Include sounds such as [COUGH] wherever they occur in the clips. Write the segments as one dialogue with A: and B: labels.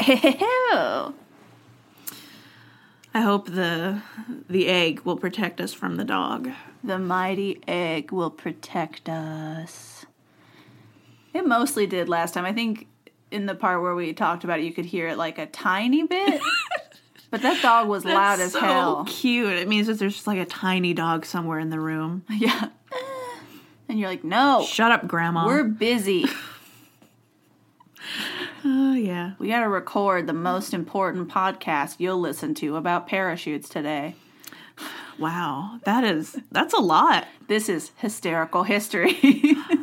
A: I hope the the egg will protect us from the dog.
B: The mighty egg will protect us. It mostly did last time. I think in the part where we talked about it, you could hear it like a tiny bit.
A: [LAUGHS]
B: but that dog was loud
A: That's
B: as
A: so
B: hell.
A: cute. It means that there's just like a tiny dog somewhere in the room.
B: [LAUGHS] Yeah. And you're like, no,
A: Shut up, Grandma. [LAUGHS]
B: we're busy.
A: oh yeah.
B: We got to record the most important podcast you'll listen to about parachutes today.
A: Wow. That is that's a
B: [LAUGHS]
A: lot.
B: This is
A: [LAUGHS]
B: hysterical history.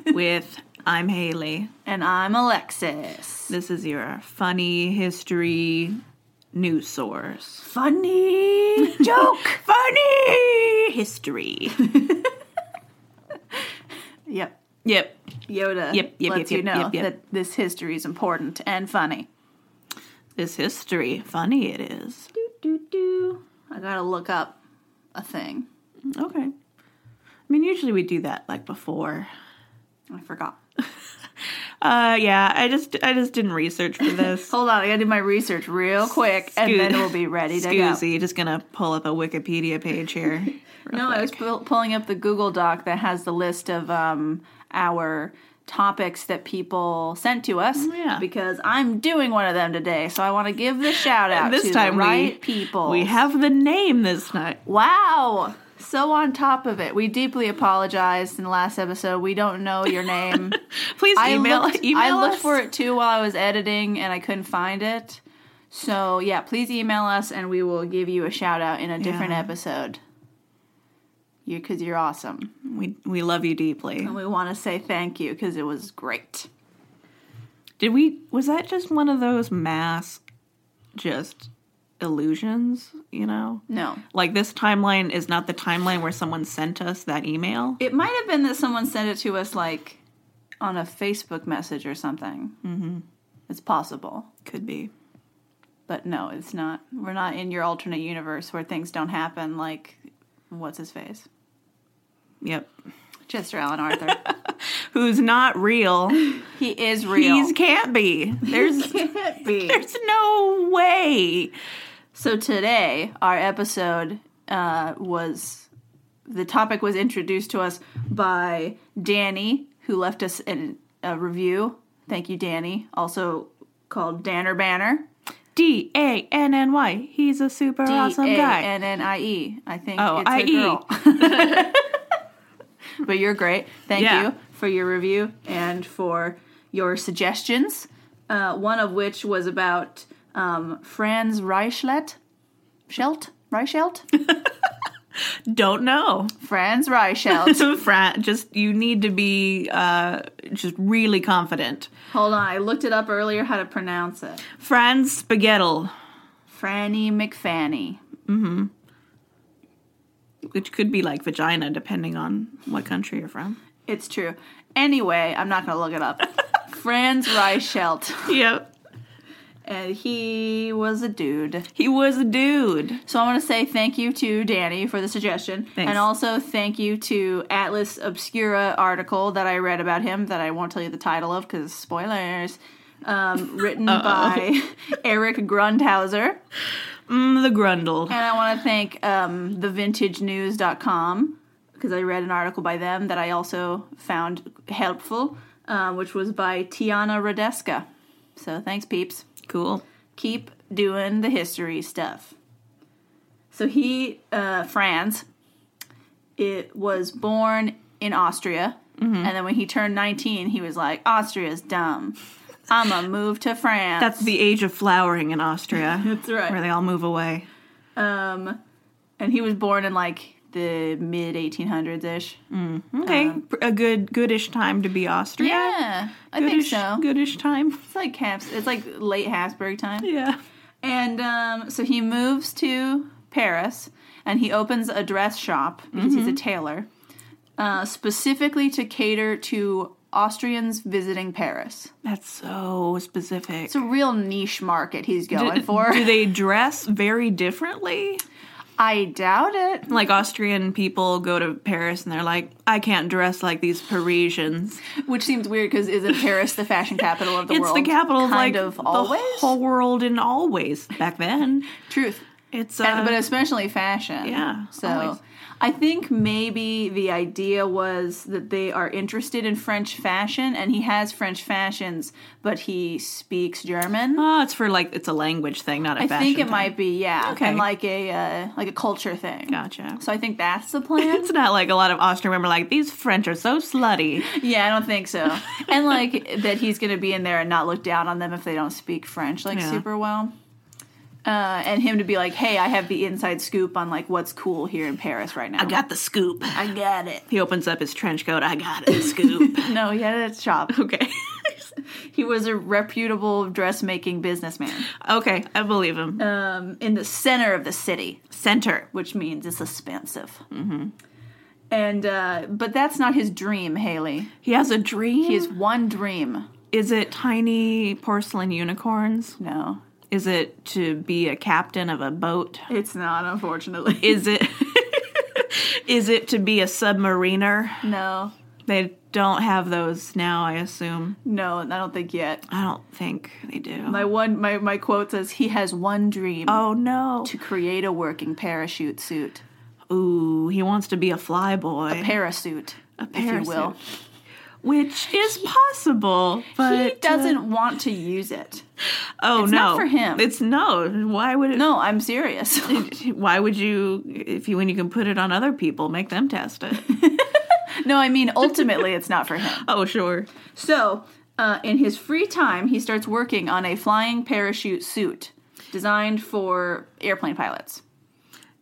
A: With I'm Haley.
B: and I'm Alexis.
A: This is your funny history news source.
B: [LAUGHS] Funny joke.
A: Funny history. [LAUGHS]
B: Yep.
A: yep.
B: Yoda
A: Yep, yep,
B: lets
A: yep, yep,
B: you know
A: yep, yep.
B: that this history is important and funny.
A: This history. Funny it is.
B: Do, do, do. I got to look up a thing.
A: Okay. I mean, usually we do that like before.
B: I forgot.
A: Uh, yeah. I just I just didn't research for this.
B: Hold on. I got to do my research real quick and then
A: Scoo-
B: we'll be ready to go.
A: Scoozy, just gonna pull up a Wikipedia page here.
B: No, I was pull- pulling up the Google Doc that has the list of um, our topics that people sent to us
A: Oh, yeah.
B: because I'm doing one of them today. So I want to give
A: [LAUGHS]
B: the shout [LAUGHS] out
A: this
B: to
A: time
B: the
A: we-
B: right people.
A: we have the name this night.
B: wow. So on top of it, we deeply apologize in the last episode. We don't know
A: [LAUGHS]
B: your name.
A: Please
B: I
A: email
B: looked,
A: [LAUGHS] email
B: I looked
A: us.
B: for it too while I was editing and I couldn't find it. So yeah, please email us and we will give you a shout out in a different
A: Yeah.
B: episode. You because you're awesome.
A: We we love you deeply.
B: And we want to say thank you because it was great.
A: Did we? Was that just one of those mass, just illusions? You know,
B: No.
A: like this timeline is not the timeline where someone sent us that email.
B: It might have been that someone sent it to us like on a Facebook message or something. Mm-hmm. It's possible.
A: Could be.
B: But no, it's not. We're not in your alternate universe where things don't happen like what's his face?
A: Yep.
B: Chester
A: [LAUGHS]
B: Allen Arthur.
A: Who's not real?
B: he is real.
A: He's can't be. There's
B: can't be.
A: there's no way.
B: So today, our episode uh, was the topic was introduced to us by Danny, who left us an, a review. Thank you, Danny. Also called Danner Banner.
A: D A N N Y. He's a super awesome Oh, guy.
B: And then I E. I think
A: Oh,
B: it's
A: IE.
B: a girl.
A: [LAUGHS]
B: but you're great. Thank
A: Yeah.
B: you for your review and for your suggestions. Uh, one of which was about um, Franz Reichelt. Schelt?
A: [LAUGHS]
B: Reichelt?
A: Don't know. [LAUGHS]
B: Franz Reichelt.
A: Fran, just you need to be uh, just really confident.
B: Hold on, I looked it up earlier how to pronounce it.
A: Franz Spaghettel,
B: Franny McFanny.
A: which could be like vagina depending on what country you're from.
B: It's true. Anyway, I'm not gonna look
A: [LAUGHS]
B: it up. Franz Reichelt.
A: Yep.
B: And he was a dude.
A: He was a dude.
B: So I want to say thank you to Danny for the suggestion,
A: Thanks.
B: and also thank you to Atlas Obscura article that I read about him that I won't tell you the title of because spoilers.
A: [LAUGHS]
B: Um, written by [LAUGHS] Eric Grundhauser,
A: Mm, the grundle.
B: and I want to thank um, thevintagenews.com because I read an article by them that I also found helpful, uh, which was by Tiana Radeska. So thanks, peeps
A: Cool.
B: keep doing the history stuff. So he, uh, Franz, it was born in Austria, and then when he turned 19, he was like, "Austria's dumb. I'ma move to France."
A: That's the age of flowering in Austria.
B: [LAUGHS] That's right.
A: Where they all move away.
B: um, and he was born in like the mid 1800s ish.
A: Okay, pr- a good goodish time to be Austria.
B: Um, Yeah, I think
A: goodish,
B: so.
A: Goodish time. [LAUGHS]
B: It's like Habs- It's like late Habsburg time.
A: Yeah.
B: And um, so he moves to Paris and he opens a dress shop because
A: Mm-hmm.
B: he's a tailor, uh, specifically to cater to Austrians visiting Paris.
A: That's so specific.
B: It's a real niche market he's going
A: do,
B: for.
A: do they dress very differently?
B: I doubt it.
A: Like Austrian people go to Paris and they're like, I can't dress like these Parisians.
B: Which seems weird because isn't Paris the fashion capital of the
A: it's
B: world?
A: the capital of like
B: kind of
A: the
B: always.
A: whole world and always back then.
B: Truth,
A: It's uh,
B: And- but especially fashion.
A: yeah,
B: So
A: always.
B: I think maybe the idea was that they are interested in French fashion, and he has French fashions, but he speaks German.
A: oh, it's for like it's a language thing, not a
B: I
A: fashion.
B: think it
A: thing.
B: might be yeah,
A: Okay.
B: and like a uh, like a culture thing.
A: Gotcha.
B: So I think that's the
A: [LAUGHS]
B: plan.
A: It's not like a lot of Austrian women are like these French are so slutty.
B: yeah, I don't think so. and like that he's going to be in there and not look down on them if they don't speak French like
A: Yeah.
B: super well. Uh, and him to be like, hey, I have the inside scoop on like what's cool here in Paris right now.
A: I got the scoop.
B: I got it.
A: He opens up his trench coat. I got it, scoop.
B: [LAUGHS] No, he had a shop.
A: okay, [LAUGHS]
B: He was a reputable dressmaking businessman
A: okay, I believe him.
B: um, in the center of the city,
A: Center.
B: which means it's expensive. Mm-hmm. And uh, but that's not his dream, Haley.
A: He has a dream.
B: He has one dream.
A: Is it tiny porcelain unicorns?
B: No,
A: Is it to be a captain of a boat?
B: it's not. Unfortunately,
A: Is it [LAUGHS] Is it to be a submariner?
B: [LAUGHS] no,
A: They don't have those now, I assume.
B: no. I don't think yet.
A: I don't think they do.
B: My one, my my quote says he has one dream
A: oh no.
B: to create a working parachute suit,
A: Ooh, he wants to be a fly boy.
B: parasuit, a if
A: parasuit.
B: you will.
A: which is possible, but uh,
B: he doesn't want to use it.
A: Oh
B: it's
A: no.
B: not for him.
A: It's no. Why would it
B: No, I'm serious.
A: [LAUGHS]
B: [LAUGHS]
A: why would you if you when you can put it on other people, make them test it? [LAUGHS]
B: No, I mean, ultimately, it's not for him.
A: oh sure.
B: [LAUGHS] So, uh, in his free time, he starts working on a flying parachute suit designed for airplane pilots.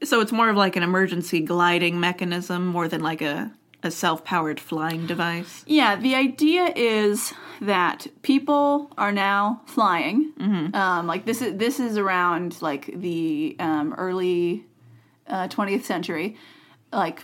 A: So it's more of like an emergency gliding mechanism more than like a, a self powered flying device.
B: Yeah, the idea is that people are now flying. Um, like this is this is around like the um, early uh, 20th century. Like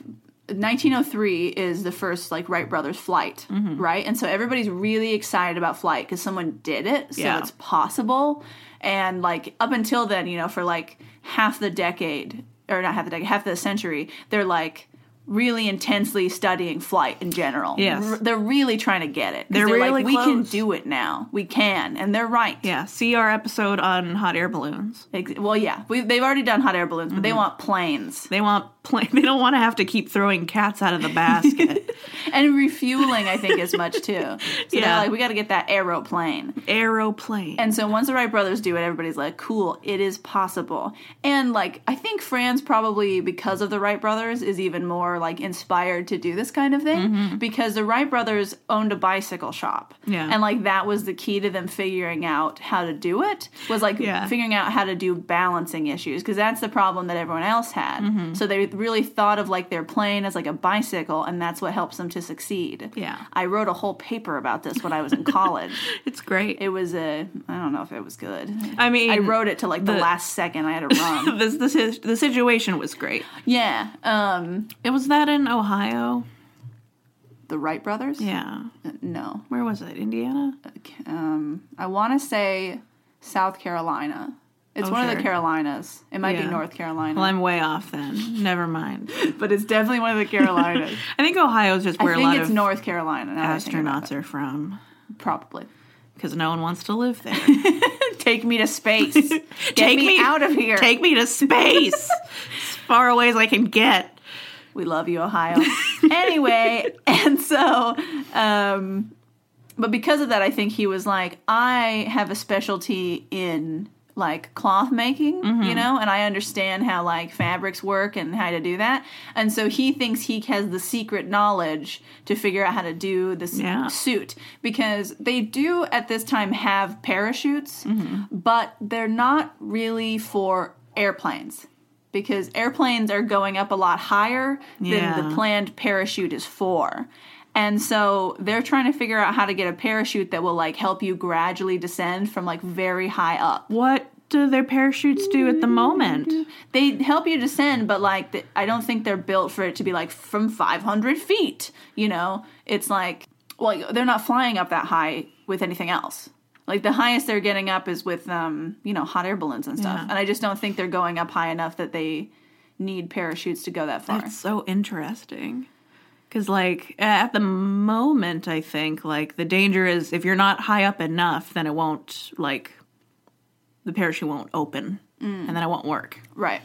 B: 1903 is the first like Wright brothers flight, right? And so everybody's really excited about flight because someone did it, so
A: Yeah.
B: it's possible. And like up until then, you know, for like half the decade or not half the decade, half the century, they're like really intensely studying flight in general.
A: Yes.
B: R- they're really trying to get it. 'Cause
A: They're
B: They're,
A: really
B: like, we can
A: close."
B: do it now. We can, and they're right.
A: Yeah, see our episode on hot air balloons.
B: Ex- Well, yeah, we, they've already done hot air balloons, but
A: Mm-hmm.
B: they want planes
A: They want pla- [LAUGHS] they don't want to have to keep throwing cats out of the
B: [LAUGHS]
A: basket.
B: and refueling. I think is
A: [LAUGHS]
B: much too. So
A: Yeah.
B: they're like, we got to get that aeroplane.
A: Aeroplane.
B: And so once the Wright brothers do it, everybody's like, cool, it is possible. And like, I think France probably, because of the Wright brothers, is even more like inspired to do this kind of thing because the Wright brothers owned a bicycle shop.
A: Mm-hmm. Yeah.
B: And like, that was the key to them figuring out how to do it was like
A: Yeah.
B: figuring out how to do balancing issues because that's the problem that everyone else had.
A: Mm-hmm.
B: So they really thought of like their plane as like a bicycle and that's what helps them to succeed.
A: Yeah.
B: I wrote a whole paper about this when I was
A: [LAUGHS]
B: in college.
A: it's great.
B: It was a. I don't know if it was good.
A: I mean,
B: I wrote it to like the,
A: the-
B: last second. I had
A: [LAUGHS]
B: it wrong.
A: this, this is, the situation was great.
B: yeah. Um.
A: It was that in Ohio.
B: The Wright brothers.
A: Yeah,
B: Uh, No.
A: where was it? Indiana.
B: Um. I want to say South Carolina. It's
A: Oh,
B: one of the
A: sure.
B: Carolinas. It might
A: Yeah.
B: be North Carolina,
A: Well, I'm way off then. Never mind.
B: but it's definitely one of
A: [LAUGHS]
B: the Carolinas.
A: I think Ohio is just where
B: I
A: a lot
B: think it's
A: of
B: North Carolina. now that I think about
A: astronauts are from
B: it. Probably.
A: because no one wants to live there.
B: Take me
A: [LAUGHS]
B: to space. Get
A: Take
B: me,
A: me-
B: out of here.
A: Take me to
B: [LAUGHS]
A: space, as far away as I can get.
B: We love you, Ohio. anyway, and so, um, but because of that, I think he was like, I have a specialty in like cloth making, you know, and I understand how like fabrics work and how to do that. And so he thinks he has the secret knowledge to figure out how to do this
A: Yeah.
B: suit because they do at this time have parachutes, but they're not really for airplanes because airplanes are going up a lot higher
A: Yeah.
B: than the planned parachute is for. And so they're trying to figure out how to get a parachute that will like help you gradually descend from like very high up.
A: What do their parachutes do at the moment?
B: They help you descend, but like the, I don't think they're built for it to be like from 500 feet. You know, it's like well they're not flying up that high with anything else. Like the highest they're getting up is with um you know hot air balloons and stuff.
A: Yeah.
B: And I just don't think they're going up high enough that they need parachutes to go that far.
A: That's so interesting. Because, like, at the moment, I think, like, the danger is if you're not high up enough, then it won't, like, the parachute won't open
B: Mm.
A: and then it won't work.
B: right.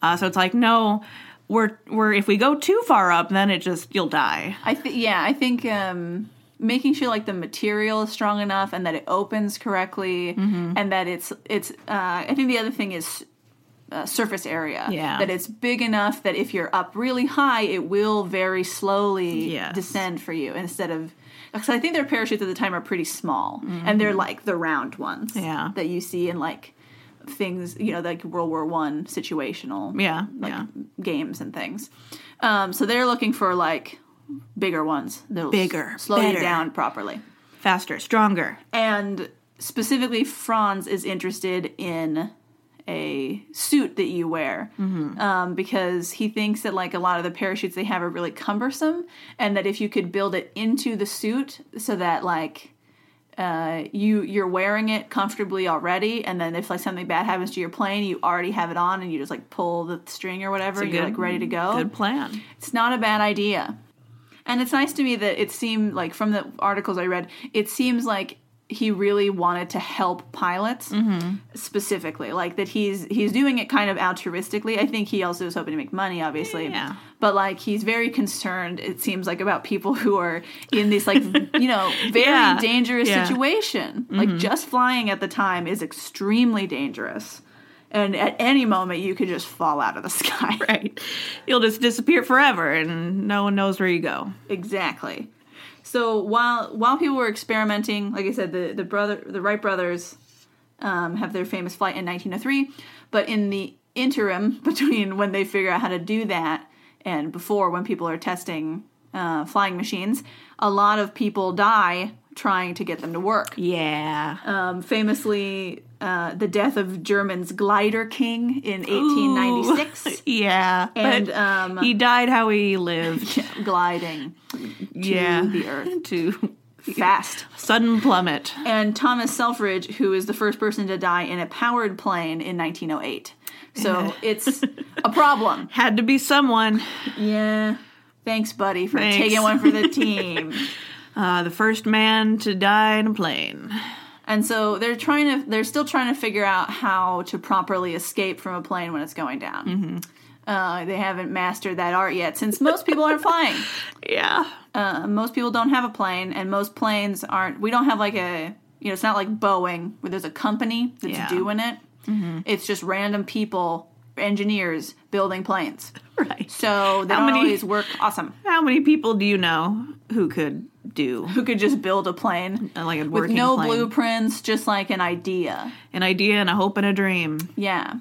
A: Uh, so it's like, no, we're, we're, if we go too far up, then it just, you'll die.
B: I think yeah, I think um making sure like the material is strong enough and that it opens correctly
A: Mm-hmm.
B: and that it's it's uh I think the other thing is uh, surface area
A: Yeah.
B: that it's big enough that if you're up really high it will very slowly
A: Yes.
B: descend for you instead of because I think their parachutes at the time are pretty small and they're like the round ones
A: Mm-hmm. Yeah.
B: that you see in like things you know like World War One situational
A: Yeah.
B: like
A: yeah.
B: games and things. Um, so they're looking for like bigger ones. They'll
A: Bigger,
B: slow
A: better.
B: you down properly.
A: Faster, stronger.
B: And specifically, Franz is interested in a suit that you wear
A: Mm-hmm.
B: um, because he thinks that like a lot of the parachutes they have are really cumbersome, and that if you could build it into the suit so that like. Uh, you you're wearing it comfortably already, and then if like something bad happens to your plane, you already have it on, and you just like pull the string or whatever, and you're like ready to go.
A: Good plan.
B: It's not a bad idea. And it's nice to me that it seemed like from the articles I read, it seems like he really wanted to help pilots
A: Mm-hmm.
B: specifically. Like that he's he's doing it kind of altruistically. I think he also is hoping to make money, obviously.
A: Yeah.
B: But like he's very concerned, it seems like, about people who are in this like you know, very
A: [LAUGHS] Yeah.
B: dangerous
A: Yeah. Mm-hmm.
B: situation. Like just flying at the time is extremely dangerous. And at any moment you could just fall out of
A: [LAUGHS]
B: the [LAUGHS] sky.
A: Right. You'll just disappear forever and no one knows where you go.
B: Exactly. So while while people were experimenting, like I said, the the brother the Wright brothers um, have their famous flight in 1903, but in the interim [LAUGHS] between when they figure out how to do that and before when people are testing uh, flying machines, a lot of people die trying to get them to work.
A: Yeah.
B: Um, famously, uh, the death of German's glider king in 1896.
A: yeah. [LAUGHS]
B: And
A: but
B: um,
A: he died how he
B: [LAUGHS]
A: lived.
B: gliding
A: yeah.
B: the [LAUGHS] earth.
A: to
B: fast.
A: sudden plummet.
B: [LAUGHS] and Thomas Selfridge, who is the first person to die in a powered plane in 1908. So [LAUGHS] it's a problem.
A: Had to be someone.
B: Yeah. Thanks, buddy, for
A: Thanks.
B: taking one for [LAUGHS] the team.
A: Uh, the first man to die in a plane.
B: and so they're trying to, they're still trying to figure out how to properly escape from a plane when it's going down. Uh, they haven't mastered that art yet, since most people aren't flying.
A: Yeah.
B: Uh, most people don't have a plane, and most planes aren't. We don't have like a, you know, it's not like Boeing where there's a company that's
A: Yeah. Mm-hmm.
B: doing it. It's just random people, engineers, building planes.
A: Right.
B: So they
A: How
B: don't
A: many-
B: always work awesome.
A: How many people do you know who could do
B: Who could just build a plane
A: uh, like a
B: with
A: working
B: no
A: plane?
B: blueprints, just like an idea?
A: An idea and a hope and a dream.
B: Yeah.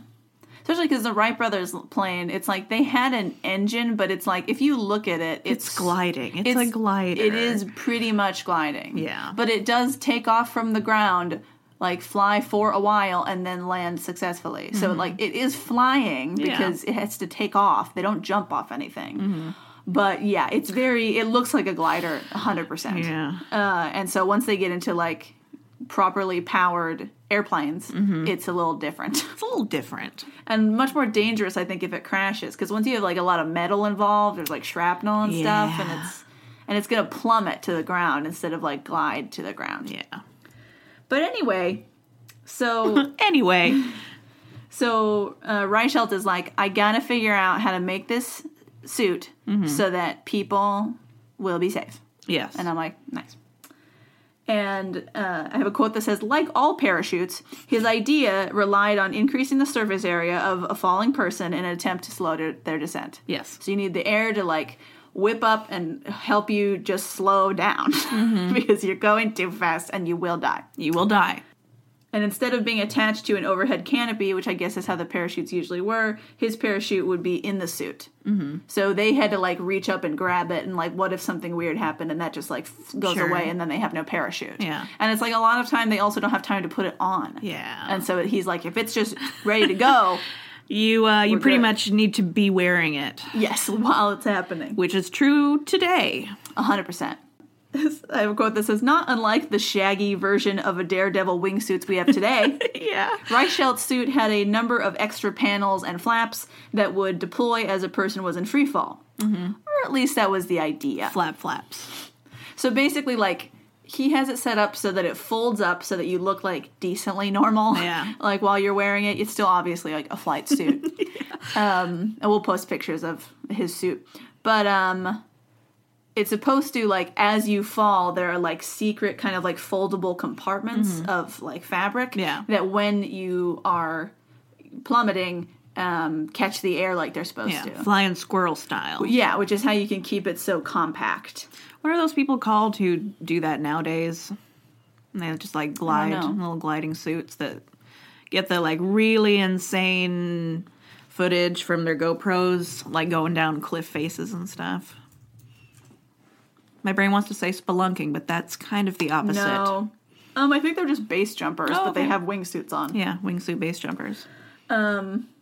B: Especially because the Wright brothers plane, it's like they had an engine, but it's like if you look at it, it's,
A: It's, gliding. It's, a glider.
B: It is pretty much gliding.
A: Yeah.
B: But it does take off from the ground, like fly for a while and then land successfully. So like it is flying
A: Mm-hmm. Yeah.
B: because it has to take off. They don't jump off anything.
A: Mm-hmm.
B: But yeah, it's very it looks like a glider 100%.
A: Yeah.
B: Uh, and so once they get into like properly powered airplanes,
A: Mm-hmm.
B: it's a little different [LAUGHS]
A: It's a little different.
B: and much more dangerous i think if it crashes because once you have like a lot of metal involved there's like shrapnel and stuff and
A: Yeah.
B: it's and it's gonna plummet to the ground instead of like glide to the ground
A: Yeah.
B: but anyway
A: [LAUGHS]
B: so
A: Anyway,
B: [LAUGHS] so uh, reichelt is like i gotta figure out how to make this suit
A: Mm-hmm.
B: so that people will be safe
A: yes.
B: and i'm like nice and uh, I have a quote that says, like all parachutes, his idea relied on increasing the surface area of a falling person in an attempt to slow their, their descent.
A: yes.
B: So you need the air to like whip up and help you just slow down [LAUGHS] because you're going too fast and you will die.
A: You will die.
B: And instead of being attached to an overhead canopy, which I guess is how the parachutes usually were, his parachute would be in the suit. Mm-hmm. So they had to like reach up and grab it, and like, what if something weird happened and that just like f- goes
A: Sure.
B: away, and then they have no parachute.
A: Yeah.
B: and it's like a lot of time they also don't have time to put it on.
A: Yeah.
B: and so he's like, if it's just ready
A: [LAUGHS]
B: to go,
A: You uh, you pretty
B: good.
A: much need to be wearing it,
B: yes, while it's happening.
A: which is true today.
B: A hundred percent. [LAUGHS] I have a quote that says, "Not unlike the shaggy version of a daredevil wingsuits we have today."
A: [LAUGHS] Yeah.
B: Reichelt's suit had a number of extra panels and flaps that would deploy as a person was in free fall. Or at least that was the idea.
A: Flap flaps.
B: So basically, like, he has it set up so that it folds up so that you look like decently normal.
A: Yeah.
B: [LAUGHS] like, while you're wearing it, it's still obviously like a
A: [LAUGHS]
B: flight suit. um, and we'll post pictures of his suit. But, um,. It's supposed to like as you fall, there are like secret kind of like foldable compartments of like fabric
A: Mm-hmm. Yeah.
B: that when you are plummeting, um, catch the air like they're supposed
A: Yeah.
B: to.
A: Flying squirrel style.
B: Yeah, which is how you can keep it so compact.
A: What are those people called who do that nowadays? And they just like glide
B: know.
A: little gliding suits that get the like really insane footage from their GoPros, like going down cliff faces and stuff. My brain wants to say spelunking, but that's kind of the opposite.
B: No. Um, I think they're just base jumpers,
A: Oh,
B: but they
A: okay.
B: have wingsuits on.
A: Yeah, wingsuit base jumpers.
B: Um,
A: [LAUGHS]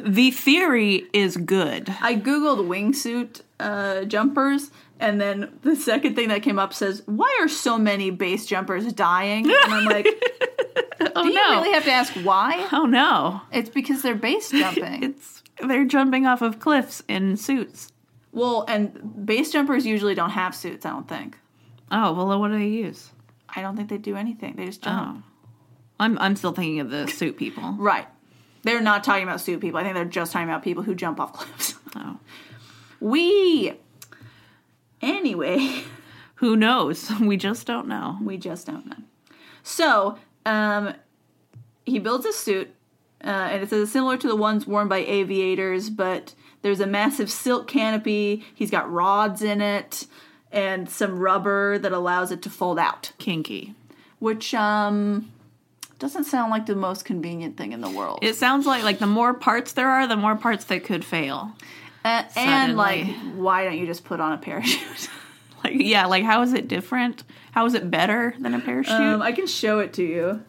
A: The theory is good.
B: I googled wingsuit uh, jumpers, and then the second thing that came up says, "Why are so many base jumpers dying?" And
A: [LAUGHS]
B: I'm like,
A: Oh
B: "Do you really have to ask why?"
A: oh no.
B: It's because
A: [LAUGHS]
B: they're base jumping.
A: It's they're jumping off of cliffs in suits.
B: well, and base jumpers usually don't have suits. I don't think.
A: Oh, well what do they use?
B: I don't think they do anything. They just jump.
A: Oh. I'm I'm still thinking of the suit people.
B: Right. They're not talking about suit people. I think they're just talking about people who jump off cliffs.
A: Oh.
B: [LAUGHS] We. Anyway, [LAUGHS]
A: Who knows? [LAUGHS] We just don't know.
B: we just don't know. So, um, he builds a suit, uh, and it says similar to the ones worn by aviators, but there's a massive silk canopy. He's got rods in it and some rubber that allows it to fold out,
A: Kinky.
B: which um, doesn't sound like the most convenient thing in the world.
A: It sounds like like the more parts there are, the more parts that could fail.
B: Uh, and like,
A: Suddenly.
B: why don't you just put on a parachute? [LAUGHS]
A: Like yeah, like how is it different? How is it better than a parachute?
B: um, I can show it to you.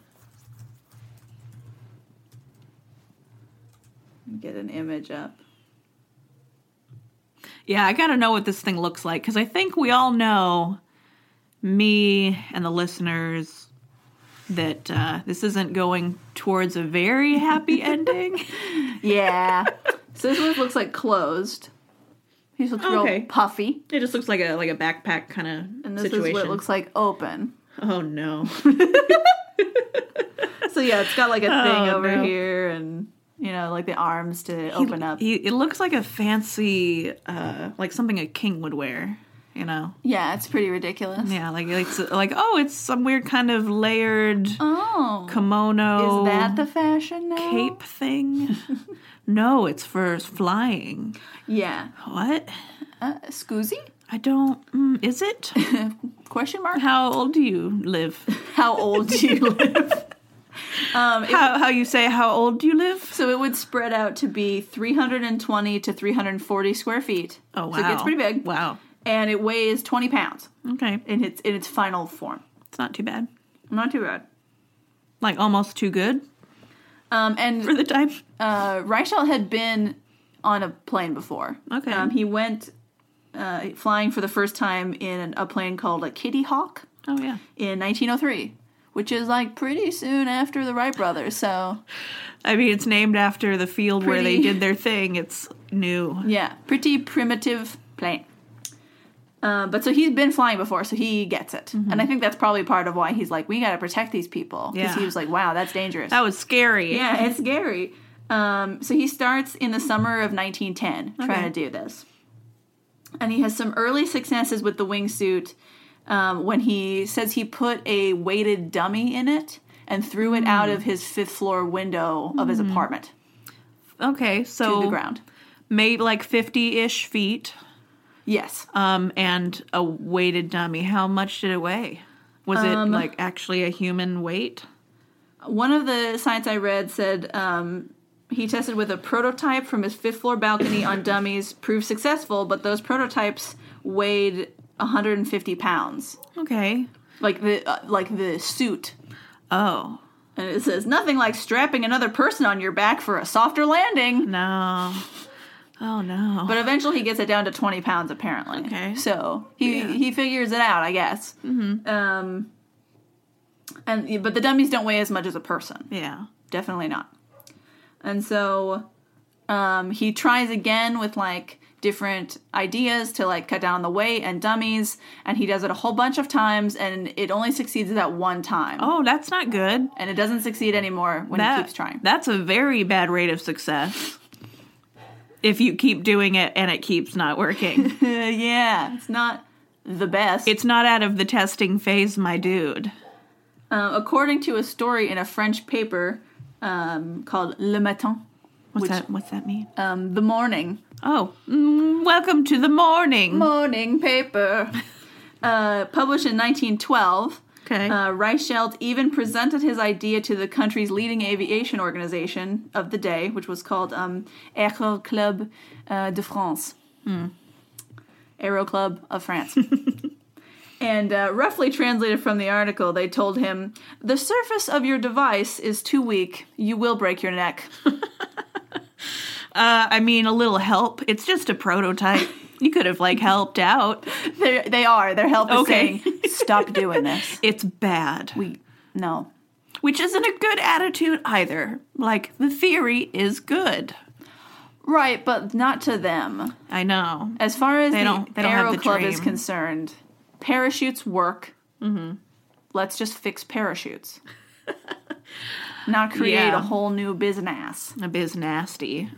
B: Get an image up.
A: Yeah, I gotta know what this thing looks like because I think we all know, me and the listeners, that uh, this isn't going towards a very [LAUGHS] happy ending.
B: Yeah. so this one looks like closed. He's looks
A: Okay.
B: real puffy,
A: It just looks like a like a backpack kind
B: and this is what it looks like open.
A: oh no!
B: So yeah, it's got like a thing
A: Oh,
B: over
A: no.
B: here, and you know, like the arms to [LAUGHS] open up.
A: He- it looks like a fancy, uh, like something a king would wear. You know?
B: yeah, it's pretty ridiculous.
A: Yeah, like it's like oh, it's some weird kind of layered
B: Oh,
A: kimono.
B: is that the fashion now?
A: cape
B: [LAUGHS]
A: thing? no, it's for flying.
B: Yeah.
A: What?
B: Uh, Scoozy?
A: I don't. Mm, is
B: [LAUGHS]
A: it?
B: Question mark?
A: How old do you live?
B: [LAUGHS] How old do you live? um, it-
A: How how you say how old do you live?
B: [LAUGHS] so it would spread out to be 320 to 340 square feet.
A: Oh wow,
B: So it gets pretty big,
A: Wow.
B: and it weighs 20 pounds
A: Okay,
B: in its in its final form.
A: it's not too bad.
B: Not too bad.
A: Like almost too good
B: Um, and
A: for the time.
B: uh, Reichelt had been on a plane before.
A: Okay.
B: Um, he went uh, flying for the first time in a plane called a Kitty Hawk
A: Oh yeah.
B: in 1903, which is like pretty soon after the Wright brothers. So
A: I mean, it's named after the field where they
B: Pretty.
A: did their thing. It's new.
B: Yeah, pretty primitive plane. Uh, but so he's been flying before, so he gets it,
A: Mm-hmm.
B: and I think that's probably part of why he's like, we got to protect these people because
A: Yeah.
B: he was like, wow, that's dangerous.
A: That was scary.
B: yeah, it's scary. Um, so he starts in the summer of 1910
A: Okay.
B: trying to do this, and he has some early successes with the wingsuit um, when he says he put a weighted dummy in it and threw it out of his fifth floor window of his apartment
A: Okay,
B: to the
A: so
B: ground.
A: maybe like fifty-ish feet,
B: Yes.
A: um, and a weighted dummy. How much did it weigh? Was
B: Um,
A: it like actually a human weight?
B: One of the sites I read said um, he tested with a prototype from his fifth floor balcony on dummies, proved successful, but those prototypes weighed 150 pounds,
A: Okay.
B: like the uh, like the suit.
A: Oh
B: And it says nothing like strapping another person on your back for a softer landing.
A: no. Oh no.
B: But eventually he gets it down to 20 pounds, apparently.
A: Okay.
B: So he, he figures it out, I guess. Mm-hmm. Um, and But the dummies don't weigh as much as a person.
A: yeah.
B: Definitely not. And so um, he tries again with like different ideas to like cut down on the weight and dummies. And he does it a whole bunch of times and it only succeeds at one time.
A: Oh, that's not good.
B: And it doesn't succeed anymore when
A: That-
B: he keeps trying.
A: That's a very bad rate of success. if you keep doing it and it keeps not
B: [LAUGHS]
A: working,
B: Uh, yeah. It's not the best.
A: it's not out of the testing phase, my dude.
B: Uh, according to a story in a French paper um, called Le Matin,
A: What's
B: Which-
A: that? What's that mean?
B: um, the morning
A: Oh, mm, welcome to the morning.
B: morning paper, uh, published in 1912.
A: Okay.
B: Uh, Reichelt even presented his idea to the country's leading aviation organization of the day, which was called um, Aero Club uh, de France.
A: Hmm.
B: Aero Club of France. [LAUGHS] and uh, roughly translated from the article, they told him, The surface of your device is too weak. You will break your neck. [LAUGHS]
A: Uh, I mean, a little help. It's just a
B: [LAUGHS]
A: prototype. you could have like helped out.
B: They're, they are. Their help is
A: Okay.
B: saying, "Stop doing this."
A: It's bad,
B: We no.
A: which isn't a good attitude either. Like the theory is good.
B: Right, but not to them.
A: I know.
B: As far as
A: They
B: the
A: don't- they don't have
B: Aero
A: the
B: Club is
A: dream.
B: concerned, parachutes work. Mm-hmm. Let's just fix parachutes, [LAUGHS] not create
A: Yeah.
B: a whole new business.
A: A biz nasty.